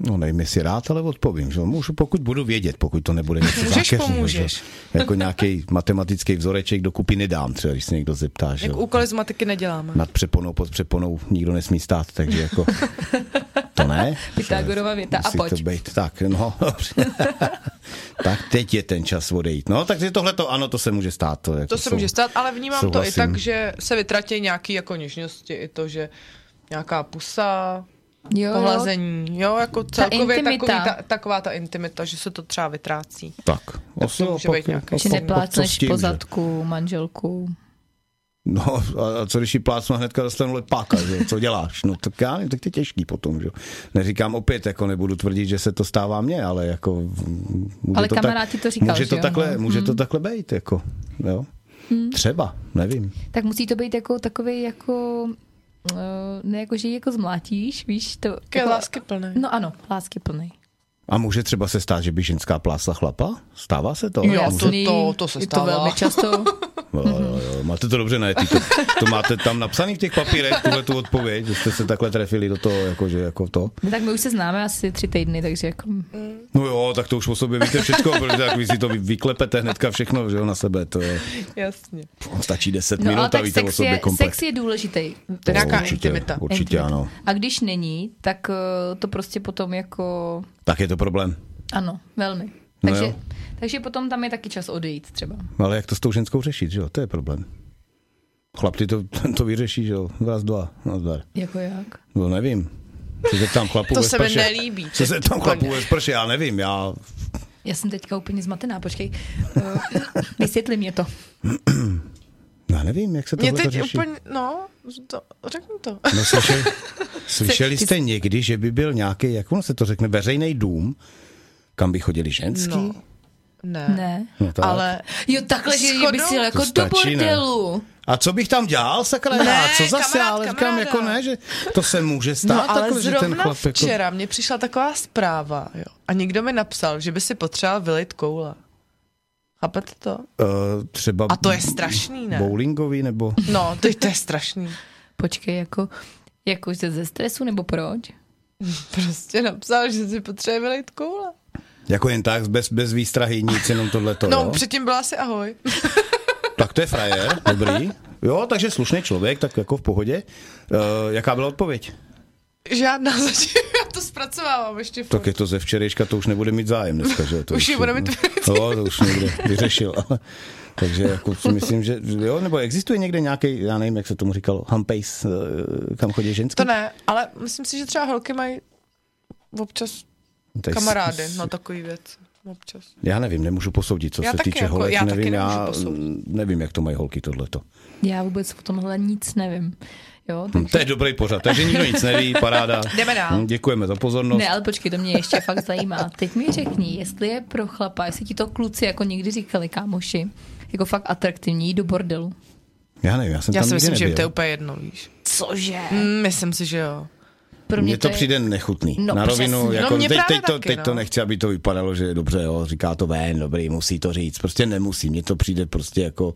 D: No nevím, jestli rád, ale odpovím. Že? jo. Můžu, pokud budu vědět, pokud to nebude něco
B: Můžeš,
D: zákeřného,
B: pomůžeš.
D: že jo. Jako nějaký matematický vzoreček do kupy nedám, třeba když se někdo zeptá. Že?
B: Jak
D: jo.
B: úkoly z matiky neděláme.
D: Nad přeponou, pod přeponou nikdo nesmí stát, takže
B: *laughs*
D: jako to ne.
C: Pythagorova věta, a
D: Musí
C: pojď.
D: To být. Tak, no.
B: *laughs*
D: tak teď je ten čas odejít. No, takže tohle to, ano, to se může stát. To, jako
B: To se
D: jsou-
B: může stát, ale vnímám
D: souhlasím.
B: to i tak, že se vytratí nějaký jako něžnosti, i to, že nějaká pusa,
C: Jo,
B: pohlazení, jo, jako celkově
C: intimita.
B: takový, ta, taková ta intimita, že se to třeba vytrácí.
D: Tak.
B: to může být nějaký-
C: Že
B: Co-
C: neplácneš po
D: že?
C: zadku manželku.
D: No a- a co když ji plácnu a hnedka dostanu lepáka, že? jo? co děláš? No tak já nevím, tak to je těžký potom, že? jo. Neříkám opět, jako nebudu tvrdit, že se to stává mně, ale jako mm, může
C: Ale
D: to
C: kamarád
D: tak,
C: ti to říkal,
D: může
C: že
D: to
C: jo,
D: takhle,
C: no. Hmm.
D: může to takhle být, jako, jo. Třeba, nevím.
C: Tak musí to být jako takový jako... eh, Ne jako, že ji jako zmlátíš, víš? To,
B: Ke
C: jako,
B: lásky plné.
C: No ano, lásky plný.
D: A může třeba se stát, že by ženská plásla chlapa? Stává se to?
B: Jo,
D: Může-
B: to- se
C: je No, to
B: stává.
C: velmi *laughs* často.
D: Jo, jo, jo. Máte to dobře najetý. To, to máte tam napsaný v těch papírech, tuhle tu odpověď, že jste se takhle trefili do toho, jako, že jako to.
C: No, tak my už se známe asi tři týdny, takže jako...
D: No jo, tak to už o sobě víte všechno, protože jak vy si to vy- vyklepete hnedka všechno, že jo, na sebe, to je,
B: Jasně.
D: stačí 10
C: No ale
D: minut a
C: tak
D: víte o
C: sex
D: sobě
C: je,
D: komplet.
C: sex je důležitý.
D: To
B: Nějaká
D: určitě,
B: intimita.
D: Určitě
C: Intimita.
D: ano.
C: A když není, tak eh, to prostě potom jako...
D: Tak je to problém.
C: Ano, velmi.
D: No
C: Takže,
D: jo.
C: takže potom tam je taky čas odejít třeba.
D: Ale jak to s tou ženskou řešit, že jo, to je problém. Chlapci to, to vyřeší, že jo, raz, dva, nazdar.
C: Jako jak?
D: No nevím. Co se tam chlapů
B: To
D: ve
B: se mi
D: sprše-
B: nelíbí,
D: Co se tam
B: úplně.
D: chlapů ve sprše, já nevím, já
C: Já jsem teďka úplně zmatená, počkej. Eh, *laughs* Vysvětli mě to.
D: Já nevím, jak se
B: Mě
D: tohle to
B: teď
D: řeší.
B: úplně, no, to, řeknu to. *laughs*
D: No, slyšeli, slyšeli
C: Ty-
D: jste někdy, že by byl nějaký, jak ono se to řekne, veřejný dům, kam by chodili ženský?
B: No, ne.
C: Ne.
D: No tak.
B: Ale
C: Jo, takhle, že
B: Schodou?
C: by si jel jako
D: To
C: do
D: stačí, ne?
C: bordelu.
D: A co bych tam dělal, sakra?
B: Ne,
D: já? co zase,
B: kamarád,
D: ale říkám,
B: kamaráda.
D: jako ne, že to se může stát,
B: No, ale
D: takhle, že
B: zrovna
D: ten chlap jako...
B: včera mě přišla taková zpráva, jo. A někdo mi napsal, že by si potřeboval vylit koule. Chápete to?
D: Uh, třeba
B: A to je strašný, ne?
D: bowlingový, nebo...
B: No, teď to je strašný.
C: Počkej, jako, jako že ze stresu nebo proč?
B: Prostě napsal, že si potřebuje vylit koule.
D: Jako jen tak, bez, bez výstrahy, nic, jenom tohleto,
B: No,
D: jo?
B: předtím byla asi ahoj.
D: Tak to je frajer, dobrý. Jo, takže slušný člověk, tak jako v pohodě. Uh, jaká byla odpověď?
B: Žádná *laughs* zatím, já to zpracovávám ještě furt.
D: Tak je to ze včerejška, to už nebude mít zájem dneska, že? jo, To
B: Už ji bude mít
D: No, to už někde vyřešil. ale- Takže jako si myslím, že jo, nebo existuje někde nějaký, já nevím, jak se tomu říkalo, humpejs, eh, kam chodí ženský?
B: To ne, ale myslím si, že třeba holky mají občas
D: Tady s-
B: kamarády
D: s-
B: na takový věc. Občas.
D: Já nevím, nemůžu posoudit, co
B: Já
D: se
B: taky
D: týče
B: jako-
D: holek,
B: já taky
D: nevím, já
B: nemůžu posoudit.
D: nevím, jak to mají holky tohleto.
C: Já vůbec o tomhle nic nevím. Jo,
D: Hm, To je dobrý pořad, takže nikdo nic neví, paráda.
B: Jdeme dál.
D: Hm, Děkujeme za pozornost.
C: Ne, ale počkej, to mě ještě fakt zajímá. Teď mi řekni, jestli je pro chlapa, jestli ti to kluci jako někdy říkali, kámoši, jako fakt atraktivní, jít do bordelu.
D: Já nevím, já jsem
B: Já
D: tam
B: si
D: nikdy
B: myslím, že
D: nebyl.
B: to je úplně jedno, víš.
C: Cože?
B: Mm, myslím si, že jo.
C: Pro mě,
D: Mně to přijde nechutný.
C: No,
D: na rovinu,
C: přesně.
D: jako
B: No, mně
D: teď,
B: právě
D: teď, to,
B: taky,
D: teď to
B: no.
D: nechci, aby to vypadalo, že je dobře, jo, říká to ven, dobrý, musí to říct. Prostě nemusí, mně to přijde prostě jako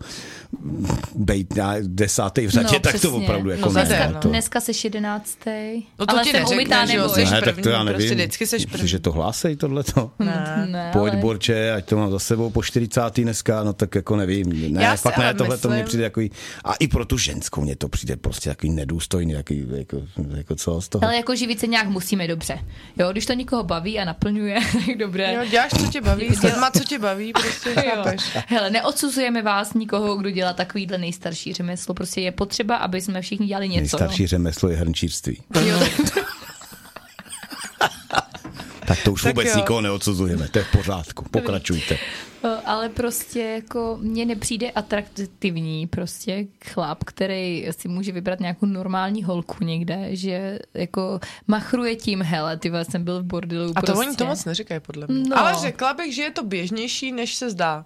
D: bejt na desátý v řadě, tak to opravdu jako
C: no,
D: ne.
C: dneska,
D: to,
C: dneska seš jedenáctej.
B: No to
C: ale
B: ti
C: jsem
B: neřekne,
C: umytá,
B: že jo,
C: neboj.
B: seš
D: ne, tak to
B: první,
D: já nevím.
B: No, prostě vždycky seš
D: Myslíš,
B: první.
D: že to
B: *laughs*
D: hlásej tohleto?
B: Ne.
C: Ne,
D: Pojď
C: ale-
D: Borče, ať to mám za sebou po 40. dneska, no tak jako nevím. Ne,
B: Já si
D: fakt ne,
B: ale
D: tohle to mně
B: myslím-
D: přijde jako... A i pro tu ženskou mně to přijde prostě takový nedůstojný, takový, jako, jako co z toho.
C: Ale jako živit se nějak musíme dobře. Jo, když to někoho baví a naplňuje, *laughs* tak dobré.
B: Jo, děláš, co tě *laughs* baví, dělá, co tě *laughs* baví, prostě
C: Jo.
B: chápeš.
C: Hele, neodsuzujeme vás nikoho, kdo dělá takovýhle nejstarší řemeslo. Prostě je potřeba, aby jsme všichni dělali něco.
D: Nejstarší řemeslo je hrnčířství.
C: No. Jo,
D: Tak to
B: *laughs*
D: už
B: Tak
D: vůbec
B: jo.
D: nikoho neodsuzujeme, to je v
B: *laughs*
D: pořádku, pokračujte.
C: O, Ale prostě jako mně nepřijde atraktivní prostě chlap, který si může vybrat nějakou normální holku někde, že jako machruje tím, hele, ty vole, jsem byl v bordelu.
B: A to
C: prostě.
B: oni to moc neříkají, podle mě.
C: No.
B: No. Ale řekla bych, že je to běžnější, než se zdá.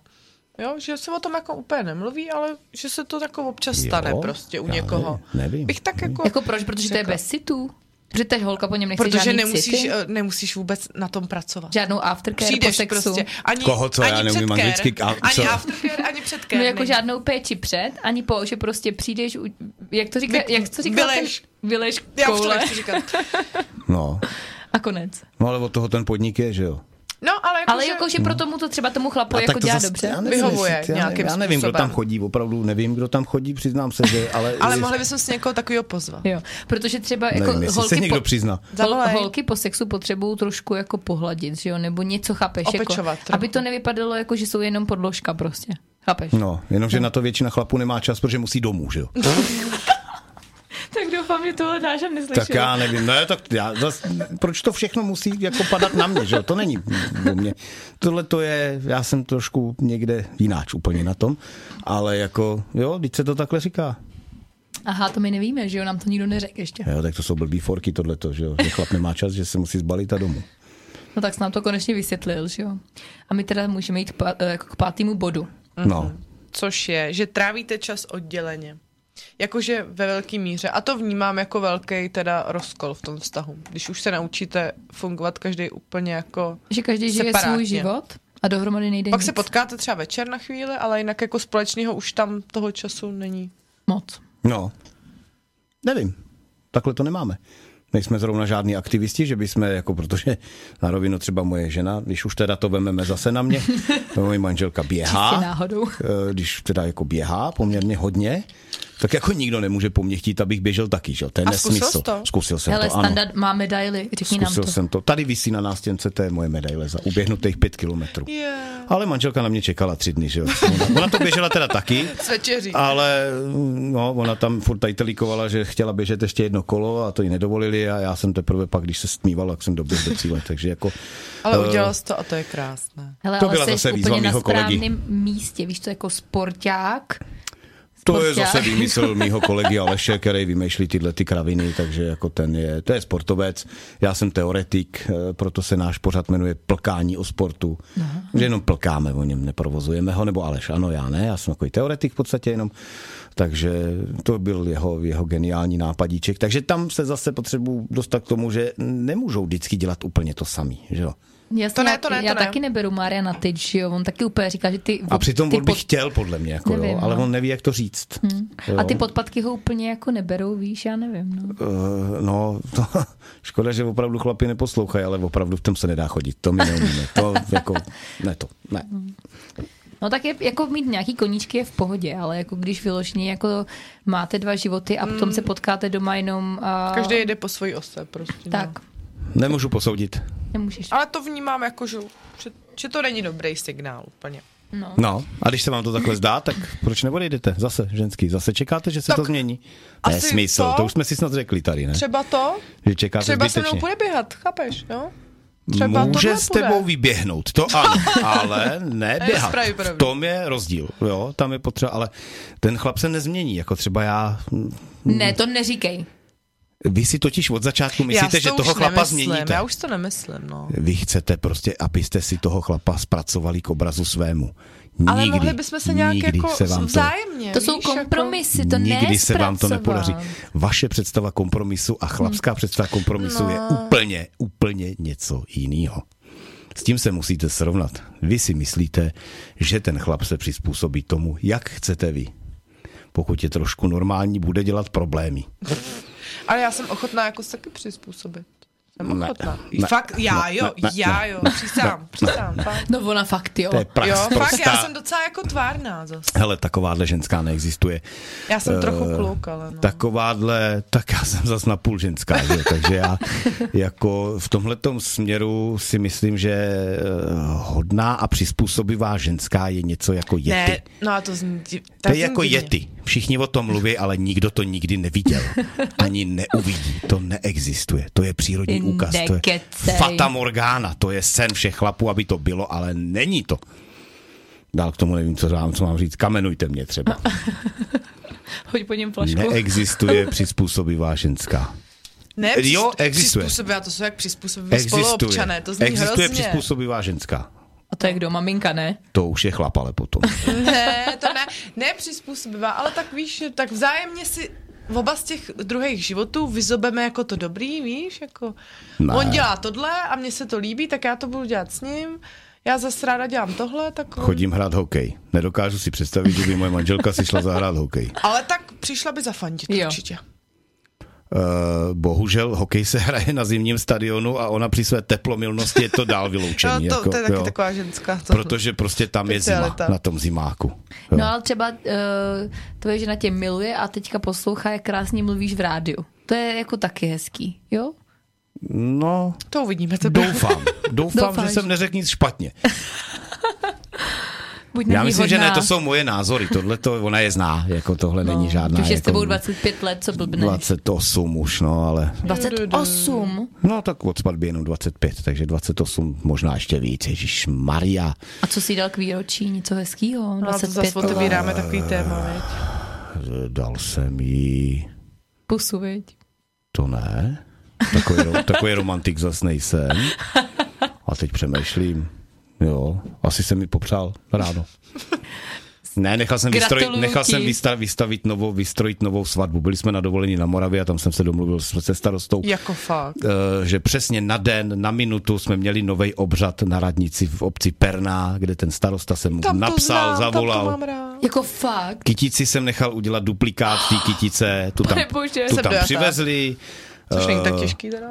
B: Jo, že se o tom jako úplně nemluví, ale že se to jako občas
D: Jo,
B: stane prostě u
D: já
B: někoho.
D: nevím, nevím.
B: Bych tak jako...
C: Jako proč? Protože to je bez citů. Protože ta holka po něm nechce
B: protože
C: žádný
B: nemusíš,
C: city,
B: eh, nemusíš vůbec na tom pracovat.
C: žádnou aftercare po
B: Přijdeš
C: sexu.
B: prostě. Ani,
D: Koho co,
B: ani
D: já neumím
B: předcare,
D: anglicky, a co?
B: Ani aftercare, ani předcare.
C: No jako
B: není.
C: žádnou péči před, ani po, že prostě přijdeš, u- jak to říká,
B: Vy-
C: jak to říká
B: vyleš.
C: Ten, vyleš
B: Já už to
C: koule.
B: nechci říkat.
D: No,
C: A konec.
D: No ale od toho ten podnik je, že jo?
B: No, ale,
C: *laughs*
B: jako,
C: Ale jakože pro tomu to třeba tomu chlapu jako dělá dobře.
D: já nevím,
B: Vyhovuje
D: jestli- já nevím,
B: nějakým
D: já nevím kdo
B: způsobem.
D: tam chodí, opravdu nevím, kdo tam chodí, přiznám se, že... Ale,
B: *laughs*
C: jako
B: ale mohli bychom si někoho takového pozvat.
C: Jo, protože třeba
D: Nevím,
C: jako
D: jestli se
C: holky,
D: někdo
C: po,
D: přizná.
C: hol,
B: Zavolej.
C: holky po sexu potřebují trošku jako pohladit, že jo, nebo něco chápeš, jako,
B: Opečovat trochu.
C: aby to nevypadalo jako, že jsou jenom podložka prostě. Chápeš?
D: No, jenomže na to většina chlapů nemá čas, protože musí domů, že jo?
C: Tak doufám, že tohle náš neslyšel.
D: Tak já nevím, ne, tak já zas, proč to všechno musí jako padat na mě, že jo? To není o mě. Tohle to je, já jsem trošku někde jináč úplně na tom, ale jako, jo, teď se to takhle říká.
C: Aha, to my nevíme, že jo, nám to nikdo neřekl ještě.
D: Jo, tak to jsou blbý forky tohleto, že jo? Že chlap nemá čas, že se musí zbalit a domů.
C: No tak jsi nám to konečně vysvětlil, že jo. A my teda můžeme jít pa, eh, jako k pátému bodu.
D: No,
B: Což je, že trávíte čas odděleně. Jakože ve velké míře. A to vnímám jako velký teda rozkol v tom vztahu. Když už se naučíte fungovat každý úplně jako...
C: Že každý žije
B: Separátně.
C: svůj život a dohromady nejde
B: Pak
C: nic
B: se potkáte třeba večer na chvíli, ale jinak jako společného už tam toho času není.
C: moc.
D: no. Nevím, takhle to nemáme. Nejsme zrovna žádní aktivisti, že bychom, jako protože na rovinu třeba moje žena, když už teda to vememe zase
C: *laughs*
D: na mě, moje manželka
C: Čistě
D: běhá,
C: náhodou.
D: Eh, když teda jako běhá poměrně hodně, tak jako nikdo nemůže po mně chtít, abych běžel taky, že? jo? To je
B: A zkusil
D: nesmysl.
B: jsi to?
D: Zkusil jsem
C: Hele,
D: to, ano.
C: standard má medaily, řekni nám
D: Zkusil
C: to.
D: jsem to. Tady visí na nástěnce, to je moje medaile za uběhnutých pět kilometrů.
B: Yeah.
D: Ale manželka na mě čekala tři dny, že jo? Ona- Ona to běžela teda taky,
B: *laughs* S večeří.
D: ale no, ona tam furt tajtelíkovala, že chtěla běžet ještě jedno kolo a to jí nedovolili a já jsem teprve pak, když se stmíval, tak jsem doběhl do cíle, takže jako...
B: Ale
D: eh,
B: udělal jsi to a to je krásné.
C: Hele,
D: To
C: ale
D: byla
C: jsi
D: zase výzva
C: úplně na
D: mýho kolegy.
C: správném místě, víš to, jako sporták.
D: To je
C: Sporták.
D: zase
C: *laughs*
D: výmysl mýho kolegy Aleše, který vymýšlí tyhle ty kraviny, takže jako ten je, to je sportovec, já jsem teoretik, eh, proto se náš pořad jmenuje Plkání o sportu,
C: No.
D: že jenom plkáme o něm, neprovozujeme ho, nebo Aleš, ano, já ne, já jsem takový teoretik v podstatě jenom, takže to byl jeho, jeho geniální nápadíček, takže tam se zase potřebuji dostat k tomu, že nemůžou vždycky dělat úplně to samý, že jo?
C: Jasně,
B: To ne,
C: já-
B: to ne,
C: já
B: to ne.
C: taky neberu Mária na tyč, že jo, on taky úplně říká, že ty...
D: A přitom
C: ty
D: on by chtěl, podle mě, jako,
C: Nevím,
D: jo, ale
C: no. Hmm.
D: on neví, jak to říct. Jo.
C: A ty podpadky ho úplně jako neberou, víš, já nevím, no.
D: Eh, no, to, *laughs* škoda, že opravdu chlapi neposlouchají, ale opravdu v tom se nedá chodit. To my neumíme. To jako, ne to, ne.
C: No tak je, jako mít nějaký koníčky je v pohodě, ale jako když vyloženě jako máte dva životy a potom se potkáte doma jenom a...
B: Hmm. Každý jede po svoji ose prostě.
C: Tak,
B: No.
D: Nemůžu posoudit.
C: nemůžeš.
B: Ale to vnímám jako, že, že, že to není dobrý signál úplně.
C: No.
D: No, a když se vám to takhle zdá, tak proč neodejdete? Zase ženský, zase čekáte, že se
B: Tak
D: to změní.
B: asi
D: Nesmysl, to?
B: to?
D: to už jsme si snad řekli tady, ne?
B: Třeba to,
D: Že čekáte
B: třeba se
D: zbytečně.
B: mnou půjde běhat, chápeš, jo? třeba
D: Může
B: tohle
D: s
B: půjde.
D: tebou vyběhnout, to ano,
B: *laughs*
D: ale ne
B: To je
D: běhat.
B: pravděpodobně.
D: V tom je rozdíl, jo, tam je potřeba, ale ten chlap se nezmění, jako třeba já.
C: Ne, to neříkej.
D: Vy si totiž od začátku myslíte,
B: si
D: že
B: to
D: toho
B: už
D: chlapa
B: nemyslím,
D: změníte.
B: Já už to nemyslím, no.
D: Vy chcete prostě, abyste si toho chlapa zpracovali k obrazu svému. Nikdy,
B: Ale mohli bychom se nějak
D: nikdy
B: jako
D: se vám
B: vzájemně,
C: To jsou
B: víš, Jako...
C: kompromisy,
D: to,
C: to
D: Nikdy se vám to
C: nezpracovám.
D: nepodaří. Vaše představa kompromisu a chlapská
B: Hm.
D: představa kompromisu
B: No.
D: je úplně, úplně něco jiného. S tím se musíte srovnat. Vy si myslíte, že ten chlap se přizpůsobí tomu, jak chcete vy. Pokud je trošku normální, bude dělat problémy.
B: Ale já jsem ochotná jako se taky přizpůsobit. Jsem
D: Ne,
B: ochotná.
D: ne,
B: Fakt, já
D: ne,
B: jo,
D: ne, ne,
B: já
D: ne,
B: jo, přísám, přísám, fakt.
C: No ona fakt, jo.
D: To je prach
B: Jo, fakt,
D: sprostá.
B: já jsem docela jako tvárná zase.
D: Hele, takováhle ženská neexistuje.
B: Já jsem trochu
D: Eh,
B: kluk, ale no.
D: Takováhle, tak já jsem zas na půl ženská, že? jo, takže
B: *laughs*
D: já jako v tomhletom směru si myslím, že eh, hodná a přizpůsobivá ženská je něco jako jety.
B: Ne, no a to zní... div- tak
D: to je
B: zní
D: jako
B: divně.
D: jety. Všichni o tom mluví, ale nikdo to
B: *laughs*
D: nikdy neviděl. Ani neuvidí. To neexistuje. To je přírodní
C: Jinde
D: úkaz. To je
C: kecej.
D: fata morgana. To je sen všech chlapů, aby to bylo, ale není to. Dál k tomu nevím, co mám, co mám říct. Kamenujte
B: *laughs*
D: mě třeba.
C: Hoď po něm flašku.
D: Neexistuje přizpůsobivá ženská.
B: Ne,
D: Jo,
B: přizpů-
D: existuje.
B: Přizpůsobila, to jsou jak přizpůsobiví
D: Existuje.
B: spoluobčané, to zní
D: Existuje
B: hrozně.
D: přizpůsobivá ženská.
C: A to je kdo, maminka, ne?
D: To už je chlap, ale potom.
B: Ne, to ne, ne přizpůsobivá, ale tak víš, že tak vzájemně si v oba z těch druhých životů vyzobeme jako to dobrý, víš, jako
D: Ne.
B: ne. on dělá tohle a mně se to líbí, tak já to budu dělat s ním, já zase ráda dělám tohle, tak on...
D: Chodím hrát hokej. Nedokážu si představit, že by moje manželka si šla zahrát hokej.
B: Ale tak přišla by zafandit
C: Jo.
B: určitě.
D: Uh, bohužel hokej se hraje na zimním stadionu a ona při své teplomilnosti je to dál
B: No,
D: vyloučení.
B: to,
D: jako,
B: to je taky
D: jo.
B: taková ženská. To.
D: Protože prostě tam je zima
B: Specialita.
D: na tom zimáku. Jo.
C: No ale třeba uh, tvoje žena tě miluje a teďka poslouchá, jak krásně mluvíš v rádiu. To je jako taky hezký, jo?
D: no
B: to uvidíme. To bude- *laughs*
D: doufám, doufám,
C: Doufáš.
D: že jsem neřekl nic špatně.
C: Buď na
D: Já
C: ní
D: myslím, že
C: hodná.
D: ne, to jsou moje názory. Tohle to, ona je zná, jako tohle
B: No,
D: není žádná.
C: Ty už je s
D: jako
C: tebou 25 let, co blbneš.
D: 28 už, no, ale...
C: 28?
D: No tak od svatby jenom 25, takže 28 možná ještě víc, Ježíš Maria.
C: A co jsi dal k výročí? Něco hezkýho?
B: No, to
C: 25
B: zase otevíráme takový téma, veď.
D: Dal jsem jí...
C: pusu, viď?
D: To ne. Takový, ro- takový romantik zas nejsem. A teď přemýšlím. Jo, asi jsem mi popřál ráno. Ne, nechal jsem, vystrojit,
C: Gratuluju
D: nechal
C: ti.
D: jsem vystav, vystavit novou, vystrojit novou svatbu. Byli jsme na dovolení na Moravě a tam jsem se domluvil s- se starostou.
B: Jako fakt.
D: eh, že přesně na den, na minutu jsme měli nový obřad na radnici v obci Perná, kde ten starosta jsem mu
B: Tam
D: napsal,
B: to znám,
D: zavolal.
B: Tam to mám rád.
C: Jako fakt.
D: Kytici jsem nechal udělat duplikát té kytice, tu tam,
C: Panebože,
D: tu
B: jsem
D: tam
B: dojatá.
D: přivezli.
B: Což není tak
D: Eh,
B: těžký teda.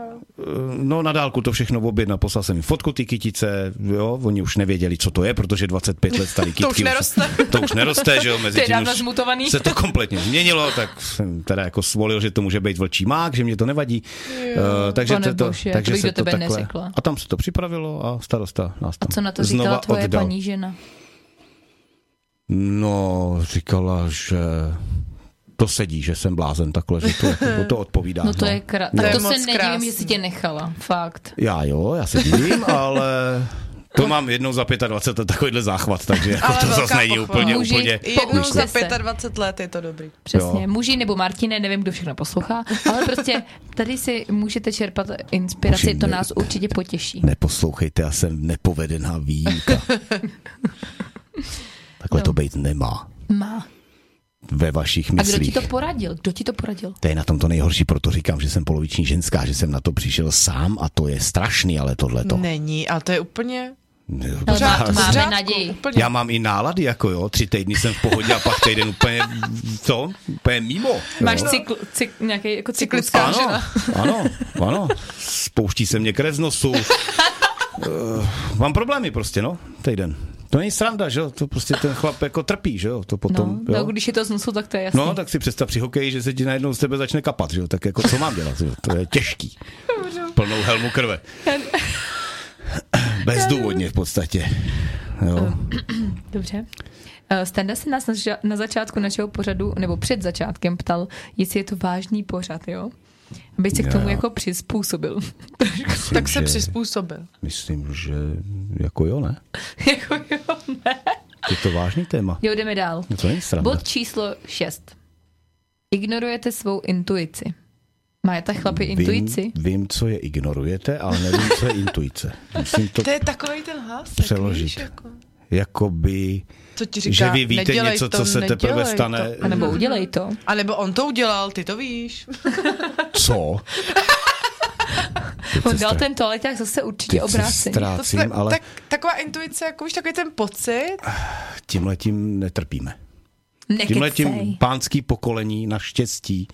D: No na dálku to všechno objednal, poslal jsem jim fotku ty kytice, jo, oni už nevěděli, co to je, protože 25
C: *laughs*
D: let starý kytky
B: už neroste.
D: to už neroste, že jo, mezi
C: To je
D: tím
C: dávno
D: už
C: zmutovaný.
D: se to kompletně změnilo, tak jsem teda jako svolil, že to může být vlčí mák, že mě to nevadí. Jo, uh, takže
C: Pane
D: to, to,
C: bože,
D: takže
C: to bych
D: se
C: do tebe
D: to takhle,
C: neřekla.
D: A tam se to připravilo a starosta nás tam
C: Co na to
D: znova
C: říkala tvoje
D: oddal.
C: paní žena?
D: No, říkala, že to sedí, že jsem blázen takhle, že to, jako, to odpovídá.
C: *laughs* No to je krá...
B: To
C: Tak
B: je
C: to
B: moc
C: se nedivím,
B: krásný.
C: že si tě nechala. Fakt.
D: Já jo, já se *laughs* divím, ale to mám jednou za 25 let takovýhle záchvat, takže jako
B: Ale
D: to zase
B: velká
D: není
B: pochvala.
D: úplně,
C: Muži-
D: úplně.
B: Jednou
C: poučte
B: za
C: se.
B: 25 let je to dobrý.
C: Přesně,
D: Jo.
C: muži nebo Martine, nevím, kdo všechno
D: *laughs*
C: poslouchá, ale prostě tady si můžete čerpat inspiraci,
D: Muži,
C: to
D: ne-
C: nás určitě potěší.
D: Neposlouchejte, já jsem nepovedená
C: *laughs*
D: výjimka. Takhle
C: No.
D: to být nemá
C: Má.
D: ve vašich
C: A kdo ti
D: myslích.
C: to poradil? Kdo ti to poradil?
D: To je na tom to nejhorší, proto říkám, že jsem poloviční ženská, že jsem na to přišel sám a to je strašný, ale tohleto.
B: Není, ale to je úplně...
D: Jo,
C: Ale
D: to-
C: má-
D: já-
C: máme
B: pořádku,
C: naději.
B: Úplně.
D: Já mám i nálady, jako jo, tři týdny jsem v pohodě a pak týden úplně to, úplně mimo.
C: Máš
D: jo.
C: cykl, cyk, nějaký jako cyklus.
B: Cyklická
D: ano,
B: žena.
D: ano, ano. Spouští se mě krev z nosu. Eh, Mám problémy prostě, no, týden. To není sranda, že jo, to prostě ten chlap jako trpí, že jo, to potom,
C: No, no,
D: jo.
C: když je to z nosu, tak to je jasný.
D: No, tak si představ při hokeji, že se ti najednou z tebe začne kapat, že jo, tak jako co mám dělat, jo? to je těžký. Plnou helmu krve. Bezdůvodně v podstatě. Jo.
C: Dobře. Eh, Standa se nás na ža- na začátku našeho pořadu, nebo před začátkem ptal, jestli je to vážný pořad, jo? Aby se k tomu
D: Jo.
C: jako přizpůsobil. *laughs*
D: Myslím,
B: Tak se
D: že-
B: přizpůsobil.
D: Myslím, že jako jo, ne?
C: jako jo, ne.
D: Je to vážný téma.
C: Jo, jdeme dál.
D: No to není sranda.
C: Bod číslo 6. Ignorujete svou intuici. Máte chlapi intuici?
D: Vím, vím, co je ignorujete, ale nevím, co je intuice. Musím to *laughs*
B: To je takový ten hlas.
D: Přeložit.
B: Víš, jako,
D: jakoby,
B: co ti říká,
D: Říká, že vy víte
B: nedělej
D: něco,
B: to,
D: co se
B: nedělej
D: teprve
B: to.
D: stane.
C: A nebo udělej to.
B: A nebo on to udělal, ty to víš.
C: *laughs*
D: Co?
C: On dal
D: stra-
C: ten toaleťák zase určitě
D: Teď se
C: obráceně.
B: To
D: ztrácím,
B: jsme-
D: ale
B: tak, taková intuice, jako víš, takový ten pocit.
D: tímhle tím netrpíme. Tímhle tím
C: Nekecej.
D: pánský pokolení naštěstí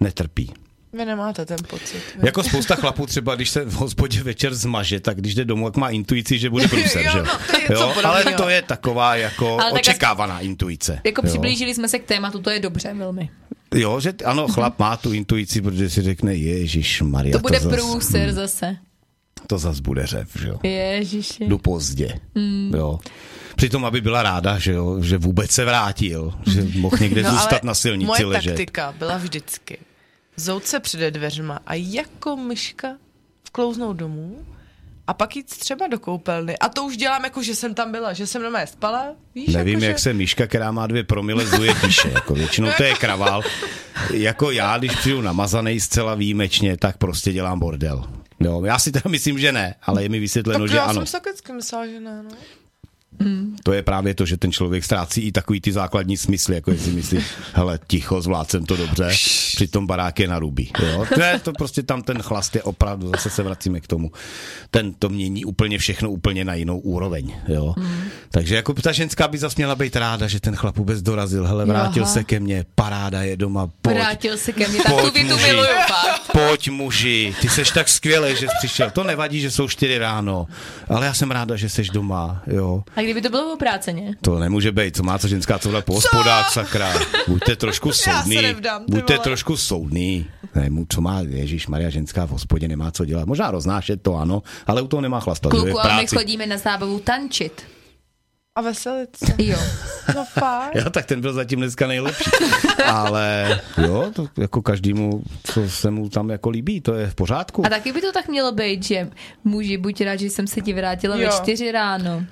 D: netrpí.
B: Vy nemáte ten pocit.
D: Jako spousta chlapů třeba, když se v hospodě večer zmaže, tak když jde domů, jak má intuici,
C: *laughs*
D: že bude průser,
B: Jo,
D: že jo?
B: no, to je něco podobného.
D: ale to je taková jako
C: Ale tak asi-
D: očekávaná intuice.
C: Jako
D: jo.
C: přiblížili jsme se k tématu, to je dobře velmi.
D: Jo, že t- ano, chlap má tu intuici, protože si řekne, Ježíš Maria,
C: To bude
D: zas, Hmm.
C: průser zase.
D: to zas bude řev, že jo.
C: Ježiši.
D: Jdu pozdě,
B: Hmm.
D: jo. Přitom, aby byla ráda, že jo, že vůbec se vrátil, že mohl
B: *laughs*
D: někde
B: No, ale
D: zůstat na silnici
B: moje
D: ležet.
B: taktika byla vždycky zout se přede dveřma a jako myška vklouznout domů a pak jít třeba do koupelny. A to už dělám jako, že jsem tam byla, že jsem doma spala. Víš,
D: Nevím,
B: jako,
D: jak
B: že...
D: se myška, která má dvě promile, zuje píše. Jako většinou to je kravál. Jako já, když přijdu namazaný zcela výjimečně, tak prostě dělám bordel. Jo, já si teda myslím, že ne, ale je mi vysvětleno,
B: Tak
D: že
B: já
D: ano.
B: jsem se taky vždycky myslela, že ne, no.
D: Mm. To je právě to, že ten člověk ztrácí i takový ty základní smysly, jako jestli myslí, hele, ticho, zvlácem to dobře, přitom barák je na rubí. Jo? To, je, to prostě tam ten chlast je opravdu, zase se vracíme k tomu, ten to mění úplně všechno úplně na jinou úroveň. Jo? Mm. Takže jako ta ženská by zase měla být ráda, že ten chlap vůbec dorazil, hele, vrátil
C: Aha.
D: se ke mně, paráda je doma, pojď,
C: Vrátil se ke mně, tak tu
D: Pojď,
C: větu
D: muži.
C: miluju fakt.
D: Pojď muži, ty seš tak skvělý, že jsi přišel. To nevadí, že jsou čtyři ráno, ale já jsem ráda, že seš doma, jo.
C: A kdyby to bylo opráceně?
D: To nemůže být, co má co ženská tohle po hospodách, sakra.
C: *laughs*
D: Buďte trošku
B: se
D: soudný.
B: nevdám, ty
D: Buďte
B: vole.
D: trošku soudný. Ne, mu- co má, Ježíš Maria, ženská v hospodě nemá co dělat. Možná roznášet to, ano, ale u toho nemá chlastat. že je v
C: Kluku, a my
D: práci.
C: chodíme na zábavu tančit.
B: A veselit se.
C: Jo.
D: *laughs*
B: No fakt.
D: *laughs* Jo, tak ten byl zatím
C: *laughs*
D: dneska nejlepší. Ale jo, to jako každému, co se mu tam jako líbí, to je v pořádku.
C: A taky by to tak mělo být, že muži, buď rád, že jsem se ti vrátila ve
B: Jo.
C: čtyři ráno.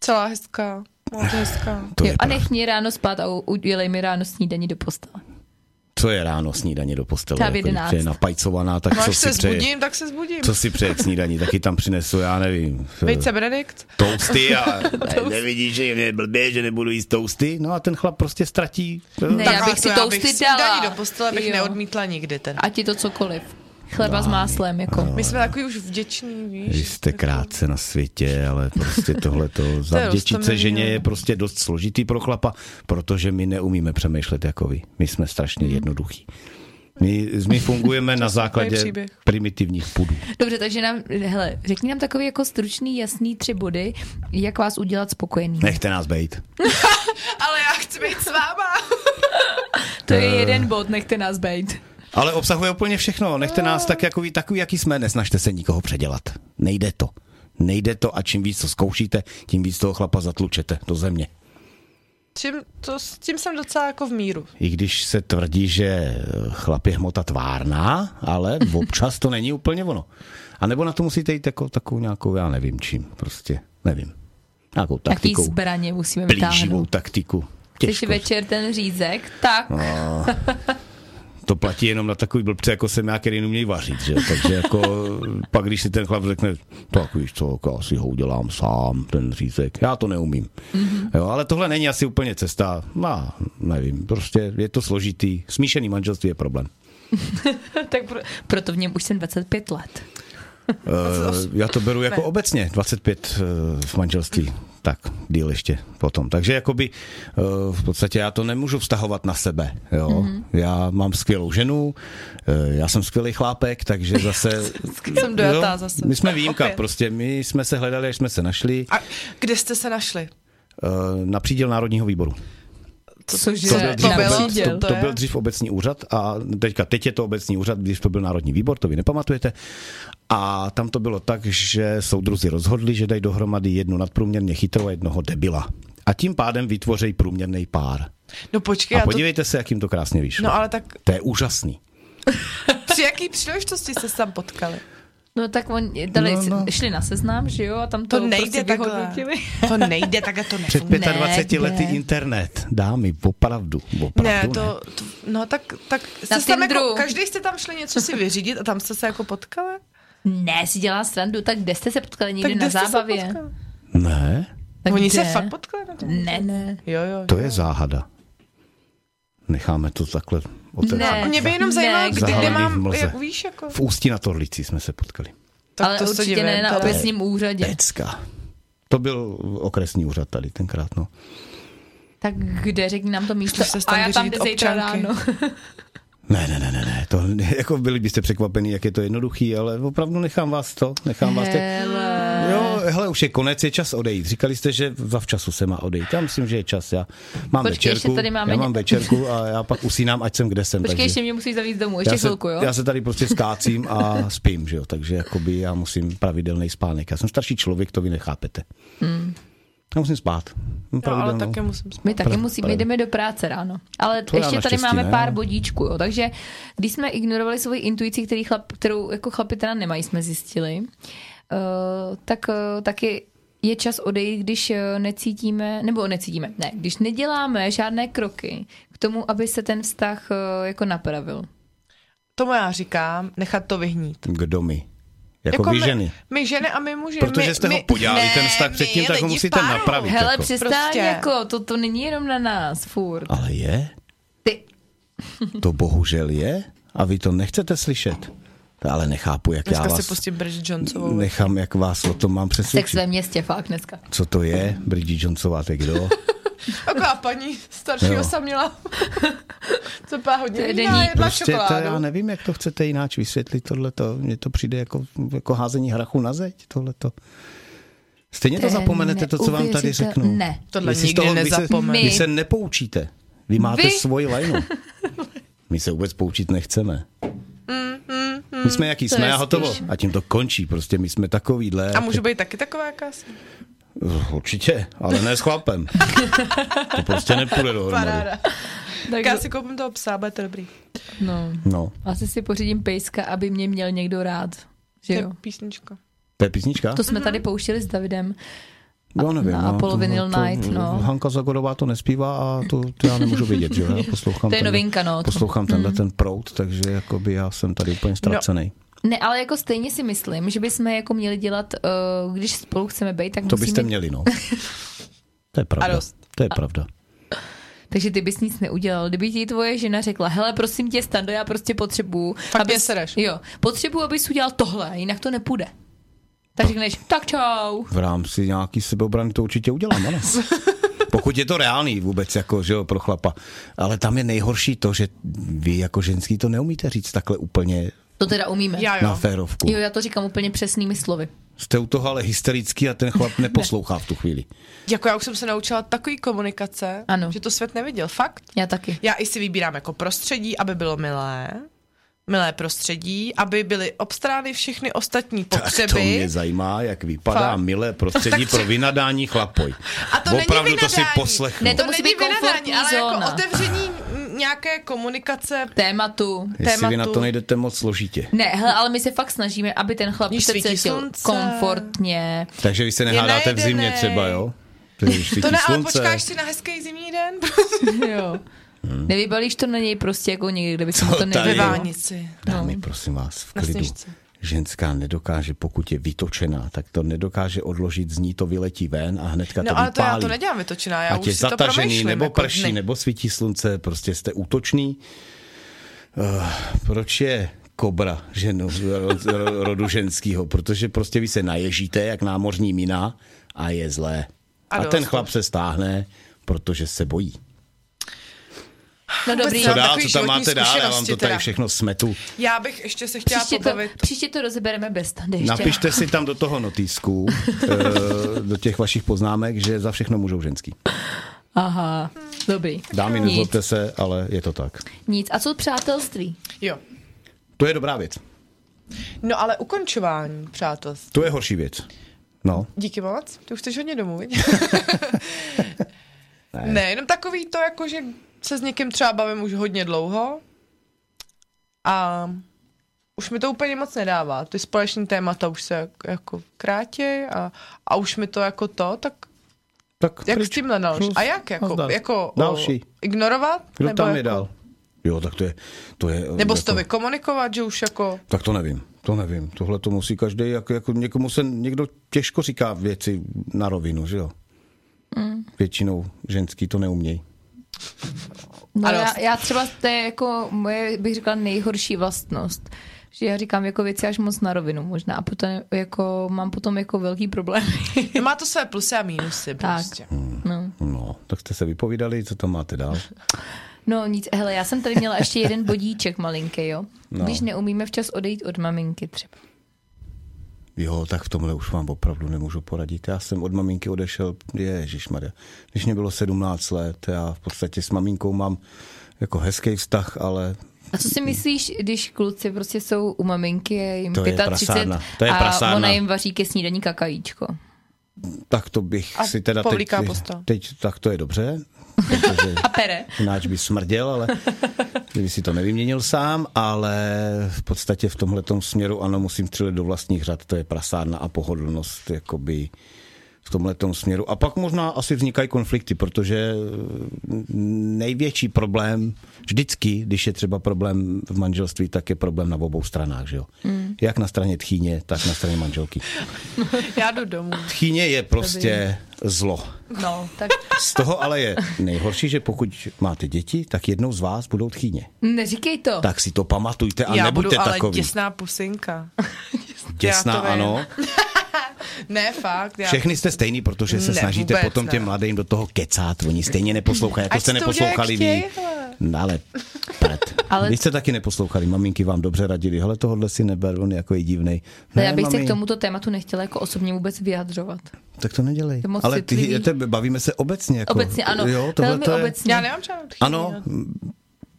B: Celá hezká. Moc hezká. No,
D: To
C: Jo,
D: je
C: a
D: pravda.
C: nech mě ráno spát a u- udělej mi ráno snídaní do postele.
D: Co je ráno snídaně do postele?
C: Třeba v
D: když
C: 11.
D: je napajcovaná, tak
B: No
D: co
B: až se
D: si přeje?
B: zbudím, tak se zbudím.
D: Co si přeje k snídaní? Taky tam přinesu, já nevím.
B: Vejce Benedikt.
D: Toasty a
B: *laughs*
D: ne, nevidíš, že je blbě, že nebudu jíst toasty? No a ten chlap prostě ztratí.
C: Ne,
B: Tak
C: já
B: ale
C: bych
B: to
C: si toasty dala.
B: snídaní do postele bych
C: Jo.
B: neodmítla nikdy ten.
C: Ať je to cokoliv. Chleba s máslem, jako.
B: My jsme takový už vděční, víš.
D: Vy jste
B: jako-
D: krátce na světě, ale prostě
B: *laughs*
D: tohle to zavděčit se
B: roztomilý,
D: ženě
B: no.
D: je prostě dost složitý pro chlapa, protože my neumíme přemýšlet jako vy. My jsme strašně
B: Hmm.
D: jednoduchý. My, my fungujeme na základě
B: příběh.
D: primitivních pudů.
C: Dobře, takže nám, hele, řekni nám takový jako stručný, jasný tři body, jak vás udělat spokojený.
D: Nechte nás bejt.
B: Ale já chci být s váma.
C: To
D: Eh,
C: je jeden bod, nechte nás být.
D: Ale obsahuje úplně všechno. Nechte
B: No.
D: nás tak, jako, takový, jaký jsme. Nesnažte se nikoho předělat. Nejde to. Nejde to a čím víc to zkoušíte, tím víc toho chlapa zatlučete do země.
B: Čím, to, s tím jsem docela jako v míru.
D: I když se tvrdí, že chlap je hmota tvárná, ale občas to není úplně ono. A nebo na to musíte jít jako takovou nějakou, já nevím čím, prostě nevím. Nějakou
C: Jaký
D: taktikou,
C: zbraně musíme
D: plíživou
C: vytáhnout.
D: taktiku.
C: Chceš
D: Těžko.
C: večer ten řízek, tak.
D: No. To platí jenom na takový blbce, jako jsem já, který neumějí vařit, že? jo. Takže jako, pak když si ten chlap řekne, tak víš co, jako asi ho udělám sám, ten řízek, já to neumím. Mm-hmm. Jo, ale tohle není asi úplně cesta, no, nevím, prostě je to složitý, smíšený manželství je problém.
C: *laughs* tak pro, proto v něm už jsem 25 let.
D: Uh, já to beru jako obecně, 25 uh, v manželství, tak díl ještě potom. Takže jakoby uh, v podstatě já to nemůžu vztahovat na sebe, jo. Mm-hmm.
B: Mhm.
D: Já mám skvělou ženu, uh, já jsem skvělý chlápek,
B: *laughs*
D: takže zase...
B: Jsem dojatá zase.
D: My jsme výjimka,
B: Opět.
D: prostě my jsme se hledali, až jsme se našli
B: A kde jste se našli?
D: uh, na příděl Národního výboru.
C: Cože,
D: To byl, dřív
B: na
D: obec,
B: příděl,
D: to,
B: to
D: to
B: je.
D: byl dřív obecní úřad a teďka, teď je to obecní úřad, když to byl Národní výbor, to vy nepamatujete. A tam to bylo tak, že soudruzi rozhodli, že dají dohromady jednu nadprůměrně chytrou a jednoho debila. A tím pádem vytvoří průměrný pár.
B: No počkej,
D: A
B: já to...
D: podívejte se, jak jim to krásně vyšlo.
B: No ale tak
D: To je úžasný.
B: při jaký příležitosti jste se tam potkali?
C: No tak oni dali,
D: No,
C: no,
D: no.
C: no. šli na seznam, že jo, a tam to,
B: To nejde
C: prostě
B: takhle.
C: *laughs* vyhodnotili.
B: To nejde, takhle to
D: Před
B: nefunguje.
D: 25
C: kde?
D: lety internet. Dámy, opravdu. opravdu
B: Ne,
D: ne.
B: to, to, no tak, tak
C: Na
B: jste se tam jako,
C: Tinderu.
B: každý jste tam šli něco si vyřídit a tam jste se jako potkali?
C: Ne, si dělá srandu, tak kde jste se potkali
B: Tak
C: někdy
B: kde
C: na
B: jste se
C: zábavě?
B: potkali?
D: Ne,
C: Tak
B: Oni
C: kde?
B: se fakt potkali? na tom?
C: Ne, ne.
B: Jo, jo.
D: to je záhada. Necháme to takhle otevřené.
B: Mě by jenom
C: Ne,
B: zajímalo,
C: kde-
B: kde
D: Zahalený v
B: nemám,
D: mlze.
B: jak víš, jako...
D: V Ústí na Torlici jsme se potkali.
B: Tak
C: Ale
B: to se
C: určitě
B: divím,
C: ne na
B: to je-
C: obecním úřadě.
D: Pecka. To byl okresní úřad tady tenkrát, no.
C: Tak kde, řekni nám to místo.
B: Šli se tam
C: A já tam jde
B: vyřídit
C: zítra
B: občanky.
C: ráno.
D: Ne, ne, ne, ne, ne, to *laughs* jako byli byste překvapení, jak je to jednoduchý, ale opravdu nechám vás to, nechám vás to.
C: Hele.
D: Jo, hele, už je konec, je čas odejít. Říkali jste, že zavčasu se má odejít. Já myslím, že je čas. Já mám
C: Počkej,
D: večerku,
C: ještě tady máme
D: já mám
C: ně-
D: večerku a já pak usínám, ať jsem kde jsem.
C: Počkej,
D: takže-
C: ještě mě musíš zavít domů,
D: já
C: ještě
D: se,
C: chvilku, jo?
D: já se tady prostě skácím a spím, že jo, takže jakoby já musím pravidelný spánek. Já jsem starší člověk, to vy nechápete.
C: Hmm.
D: Já musím spát.
B: No, ale
D: Pravidelnou.
B: taky musím spát.
C: My taky
D: Pra-
C: musíme,
D: pravda.
C: jdeme do práce ráno. Ale
D: To já
C: ještě tady
D: naštěstí
C: máme
D: ne.
C: pár bodíčků, jo. Takže když jsme ignorovali svoji intuici, který chlap, kterou jako chlapi teda nemají, jsme zjistili, uh, tak uh, taky je čas odejít, když eh, necítíme, nebo necítíme, ne, když neděláme žádné kroky k tomu, aby se ten vztah eh, jako napravil.
B: Tomu já říkám, nechat to vyhnít.
D: Kdo mi? Jako, jako vy ženy.
B: My, my ženy a my muži.
D: Protože
B: my,
D: jste
B: my,
D: ho podělali
E: ne,
D: ten vztah
E: my
D: předtím, tak ho
E: lidi v
D: musíte
E: páru.
D: napravit.
C: Hele,
D: jako.
C: přestaň,
B: Prostě.
C: jako, to, to není jenom na nás, furt.
D: Ale je?
C: Ty,
D: To bohužel je a vy to nechcete slyšet. To ale nechápu, jak
E: Dneska
D: já
E: si
D: vás...
E: pustím Bridget Jonesovou.
D: Nechám, jak vás o tom mám
C: sex
D: přesvědčit.
C: ve městě, fakt dneska.
D: Co to je? Bridget Jonesová, to je kdo?
B: Taková paní staršího
D: Jo.
B: samila. *laughs* Co pá hodně
C: To je
B: vína,
C: denní.
B: jedla
D: Prostě to,
B: čokoládu.
D: já nevím, jak to chcete jináč vysvětlit, tohleto. Mně to přijde jako, jako házení hrachu na zeď, tohleto. Stejně to,
C: je
D: zapomenete, to, co vám tady
C: neuvěřitel-
D: řeknu.
C: Ne.
E: Tohle
D: Vy si z
E: nikdy
D: vy se,
E: nezapomenu.
D: vy se nepoučíte. Vy máte
C: Vy?
D: svoji lajnu. My se vůbec poučit nechceme.
B: Mm,
D: My
C: Mm,
D: jsme jaký jsme a hotovo. A tím to končí. Prostě my jsme takovýhle. Eh,
B: A můžu být taky taková, jaká jsem.
D: Určitě, ale ne s chlapem. to
C: *laughs*
D: prostě nepůjde dohromady.
B: Paráda. Tak já
C: Tak,
B: si koupím toho psa, bude to dobrý.
C: no,
D: No,
C: asi si pořídím pejska, aby mě měl někdo rád. Že
B: To je
C: jo?
B: písnička.
D: to je písnička?
C: To jsme
B: Mhm.
C: tady pouštěli s Davidem.
D: Já nevím. no,
C: na Apollo Vinyl Night, no.
D: Hanka Zagorová to nespívá a to, to já nemůžu vidět,
C: *laughs*
D: že jo? Já poslouchám
C: To je
D: tenhle-
C: novinka, no. To- No,
D: Poslouchám tenhle ten prout, takže jakoby já jsem tady úplně ztracený.
C: Ne, ale jako stejně si myslím, že bychom jako měli dělat, eh, když spolu chceme být, tak
D: To
C: musíme...
D: byste
C: *laughs*
D: měli, no. To je
B: A
D: pravda.
B: dost.
D: To je pravda.
C: Takže ty bys nic neudělal. Kdyby ti tvoje žena řekla, hele, prosím tě, Stando, já prostě potřebuju...
B: Fakt mě sereš.
C: Jo, potřebuju, abys udělal tohle, jinak to nepůjde. Tak řekneš, tak čau.
D: V rámci nějaký sebeobrany to určitě
B: *laughs*
D: udělám, ano. Pokud je to reálný vůbec, jako, že jo, pro chlapa. Ale tam je nejhorší to, že vy jako ženský to neumíte říct takhle úplně
C: To teda umíme.
B: Já
D: na
B: jo.
D: férovku.
C: Jo, já to říkám úplně přesnými slovy.
D: Jste u toho ale hysterický a ten chlap neposlouchá v tu chvíli.
B: Jako já už jsem se naučila takový komunikace,
C: Ano.
B: že to svět neviděl. Fakt.
C: Já taky.
B: Já i si vybírám jako prostředí, aby bylo milé. Milé prostředí, aby byly obstarány všechny ostatní
D: Tak to mě
B: potřeby.
D: zajímá, jak vypadá
B: Fakt.
D: milé prostředí pro vynadání chlapoj.
B: *laughs* A to není
D: Opravdu to si
B: vynadání.
D: poslechnu.
C: Ne, to musí
B: není
C: být komfortní
B: vynadání, ale
C: zóna.
B: jako otevření mm, nějaké komunikace.
C: Tématu.
D: Jestli vy na
B: tématu.
D: to nejdete moc složitě.
C: Ne, hele, ale my se fakt snažíme, aby ten chlap
B: Když
C: se
B: svítí
C: cítil
B: slunce.
C: komfortně.
D: Takže vy se nehádáte v zimě
B: najedenej.
D: třeba, jo? Když
B: To
D: svítí
B: ne, ale
D: slunce.
B: počkáš si na hezký zimní den? *laughs*
C: jo. Hmm. Nevybalíš to na něj prostě jako někde, kde by se
D: Co
C: mu to
D: tady?
C: nevyvalilo.
D: Vyvání.
B: Vánici.
D: Dámy, prosím vás, v
B: No. Na
D: klidu.
B: sněžce.
D: Ženská nedokáže, pokud je vytočená, tak to nedokáže odložit, z ní to vyletí ven a hnedka to
B: No ale to já
D: vypálí.
B: to nedělám vytočená, já
D: Ať je
B: už si to
D: zatažený,
B: promýšlím.
D: nebo
B: jako
D: prší,
B: dny.
D: nebo svítí slunce, prostě jste útočný. Uh, proč je kobra ženu, ro- ro- rodu ženskýho? Protože prostě vy se naježíte, jak námořní mina a je zlé.
B: A
D: A, a
B: dost.
D: ten chlap se stáhne, protože se bojí.
C: No dobrý,
B: Já
D: Co
B: mám
D: dál,
B: takový
D: co tam
B: životní
D: máte dál? Já vám to
B: zkušenosti
D: tady
B: teda.
D: všechno smetu.
B: Já bych ještě se chtěla
C: příště to,
B: pobavit.
C: příště to rozebereme bez tady ještě.
D: Napište si tam do
B: *laughs*
D: toho notýsku, eh, do těch vašich poznámek, že za všechno můžou ženský.
C: Aha, dobrý.
D: Dámy,
C: nic,
D: nezlobte se, ale je to tak.
C: nic. A co přátelství?
B: Jo.
D: To je dobrá věc.
B: No ale ukončování, přátelství.
D: To je horší věc. No.
B: Díky moc, ty už chceš hodně domů,
D: *laughs*
B: viď? ne, jenom takový to, jako že se s někým třeba bavím už hodně dlouho a už mi to úplně moc nedává. Ty společní témata už se jak- jako krátí a, a už mi to jako to, tak
D: Tak
B: jak
D: pryč.
B: s tímhle nalož? A jak? Jako,
D: Nazdar.
B: jako o,
D: Další.
B: ignorovat?
D: Kdo
B: nebo
D: tam
B: jako,
D: je dal? Jo, tak to je... To je
B: Nebo
D: jako,
B: s to vykomunikovat, že už
D: *laughs*
B: jako...
D: Tak to nevím, to nevím. Tohle to musí každý, jako, jako někomu se někdo těžko říká věci na rovinu, že jo? Mm. Většinou ženský to neumějí.
C: No
B: Ano.
C: já, já třeba to je jako moje, bych říkala, nejhorší vlastnost. Že já říkám jako věci až moc na rovinu možná a potom jako mám potom jako velký problém. *laughs*
B: No má to své plusy a mínusy
C: Tak.
B: prostě.
C: no.
D: No, tak jste se vypovídali, co tam máte dál?
C: no nic, hele, já jsem tady měla ještě jeden bodíček malinký, jo. No. Když neumíme včas odejít od maminky třeba.
D: Jo, tak v tomhle už vám opravdu nemůžu poradit. Já jsem od maminky odešel, ježíš Když mě bylo 17 let, já v podstatě s maminkou mám jako hezký vztah, ale
C: A co si myslíš, když kluci prostě jsou u maminky, je jim
D: To je
C: 35
D: prasárna. To je
C: a
D: prasárna.
C: ona jim vaří ke snídaní kakajíčko.
D: tak to bych
B: A
D: si teda teď,
B: povlíká postel.
D: teď, tak to je dobře, protože
C: A pere.
D: Jináč by smrděl, ale kdyby si to nevyměnil sám, ale v podstatě v tomhle směru ano, musím střílet do vlastních řad, to je prasárna a pohodlnost, jakoby v tomhle směru. A pak možná asi vznikají konflikty, protože mm, největší problém vždycky, když je třeba problém v manželství, tak je problém na obou stranách, že jo? Mm. Jak na straně tchýně, tak na straně manželky.
B: Já jdu domů.
D: Tchýně je prostě zlo.
B: No,
C: Tak
D: Z toho ale je nejhorší, že pokud máte děti, tak jednou z vás budou tchýně.
C: neříkej to.
D: Tak si to pamatujte a
B: já
D: nebuďte
B: budu ale
D: takový.
B: děsná pusinka.
D: Děsná,
B: já to vím.
D: ano.
B: Ne, fakt. Já...
D: Všechny jste stejný, protože se
B: Ne,
D: snažíte
B: vůbec
D: potom
B: ne.
D: těm mladým do toho kecát. Oni stejně neposlouchají, jako
B: Ať
D: jste
B: si to udělají, jak
D: neposlouchali
B: chtějí,
D: vy.
B: hele.
D: No,
B: *laughs*
D: ale pret.
C: Ale-
D: Ale... Vy jste taky neposlouchali, maminky vám dobře radili, hele, tohle si neber, on jako je divnej.
C: Ne,
D: Ne,
C: No, já bych se
D: mami,
C: k tomuto tématu nechtěla jako osobně vůbec vyjadřovat.
D: Tak to nedělej.
C: je moc
D: ale
C: citlivý.
D: ty, te, bavíme se obecně. Jako,
C: Obecně ano,
D: Jo, tohle
C: velmi
D: to je...
C: obecně.
B: Já nemám žádnou tchýni.
D: Ano,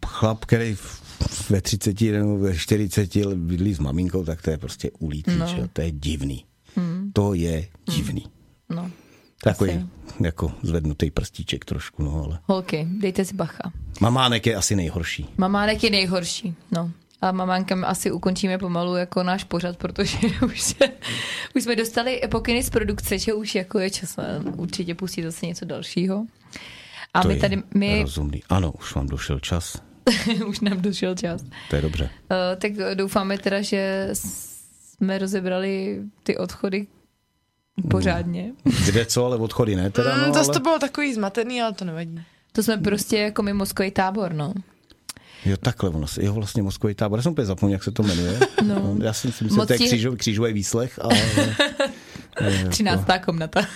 D: chlap, který v- ve 30 nebo ve 40 let bydlí s maminkou, tak to je prostě ulítíč,
C: No.
D: no. to je divný. Hmm. To je divný.
C: No,
D: Takový
C: Asi.
D: jako zvednutý prstíček trošku, no ale.
C: holky, dejte si bacha.
D: Mamánek je asi nejhorší.
C: Mamánek je nejhorší, no. A mamánkem asi ukončíme pomalu jako náš pořad, protože *laughs* už, se, už jsme dostali pokyny z produkce, že už jako je čas na určitě pustit zase něco dalšího. A
D: to
C: my
D: je
C: tady, my,
D: rozumný. Ano, už vám došel čas.
C: *laughs* už nám došel čas.
D: To
C: *laughs*
D: je dobře.
C: Eh, tak doufáme teda, že jsme rozebrali ty odchody
D: Hmm.
C: pořádně.
D: Kde co, ale odchody ne teda, no,
B: Mm, zase
D: ale...
B: to bylo takový zmatený, ale to nevadí.
C: To jsme prostě jako my mozkový tábor, no.
D: Jo, takhle ono se, jo, vlastně mozkový tábor. Já jsem úplně zapomněl, jak se to jmenuje.
C: *laughs* No.
D: Já jsem si myslel,
C: Moc
D: že to je
C: je-
D: křížový, křížový výslech, ale Jako-
C: 13. komnata.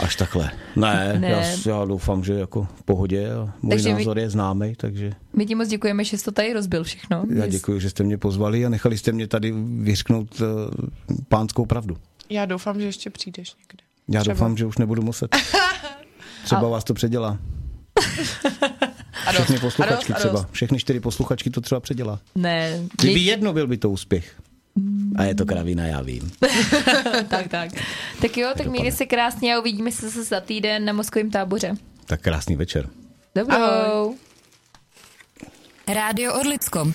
D: Až takhle. Ne,
C: Ne.
D: ne. Já, s- já doufám, že jako v pohodě. A můj
C: Takže
D: takže
C: vy-
D: názor je známý, takže
C: My ti moc děkujeme, že jsi to tady rozbil všechno.
D: já
C: Jest-
D: děkuji, že jste mě pozvali a nechali jste mě tady vyřknout eh, pánskou pravdu.
B: Já doufám, že ještě přijdeš někde.
D: Já
B: Třeba.
D: Třeba. doufám, že už
B: *laughs*
D: nebudu muset. Třeba vás to předělá. Všechny posluchačky
B: a dost.
D: třeba. Všechny čtyři posluchačky to třeba předělá.
C: Ne,
D: Kdyby jedno, byl by to úspěch. A je to kravina, já vím.
C: tak, tak. Tak jo, tak
D: dopadne.
C: mějte se krásně a uvidíme se zase za týden na mozkovém táboře.
D: Tak krásný večer.
C: Dobrou.
B: Ahoj.
A: Rádio Orlicko.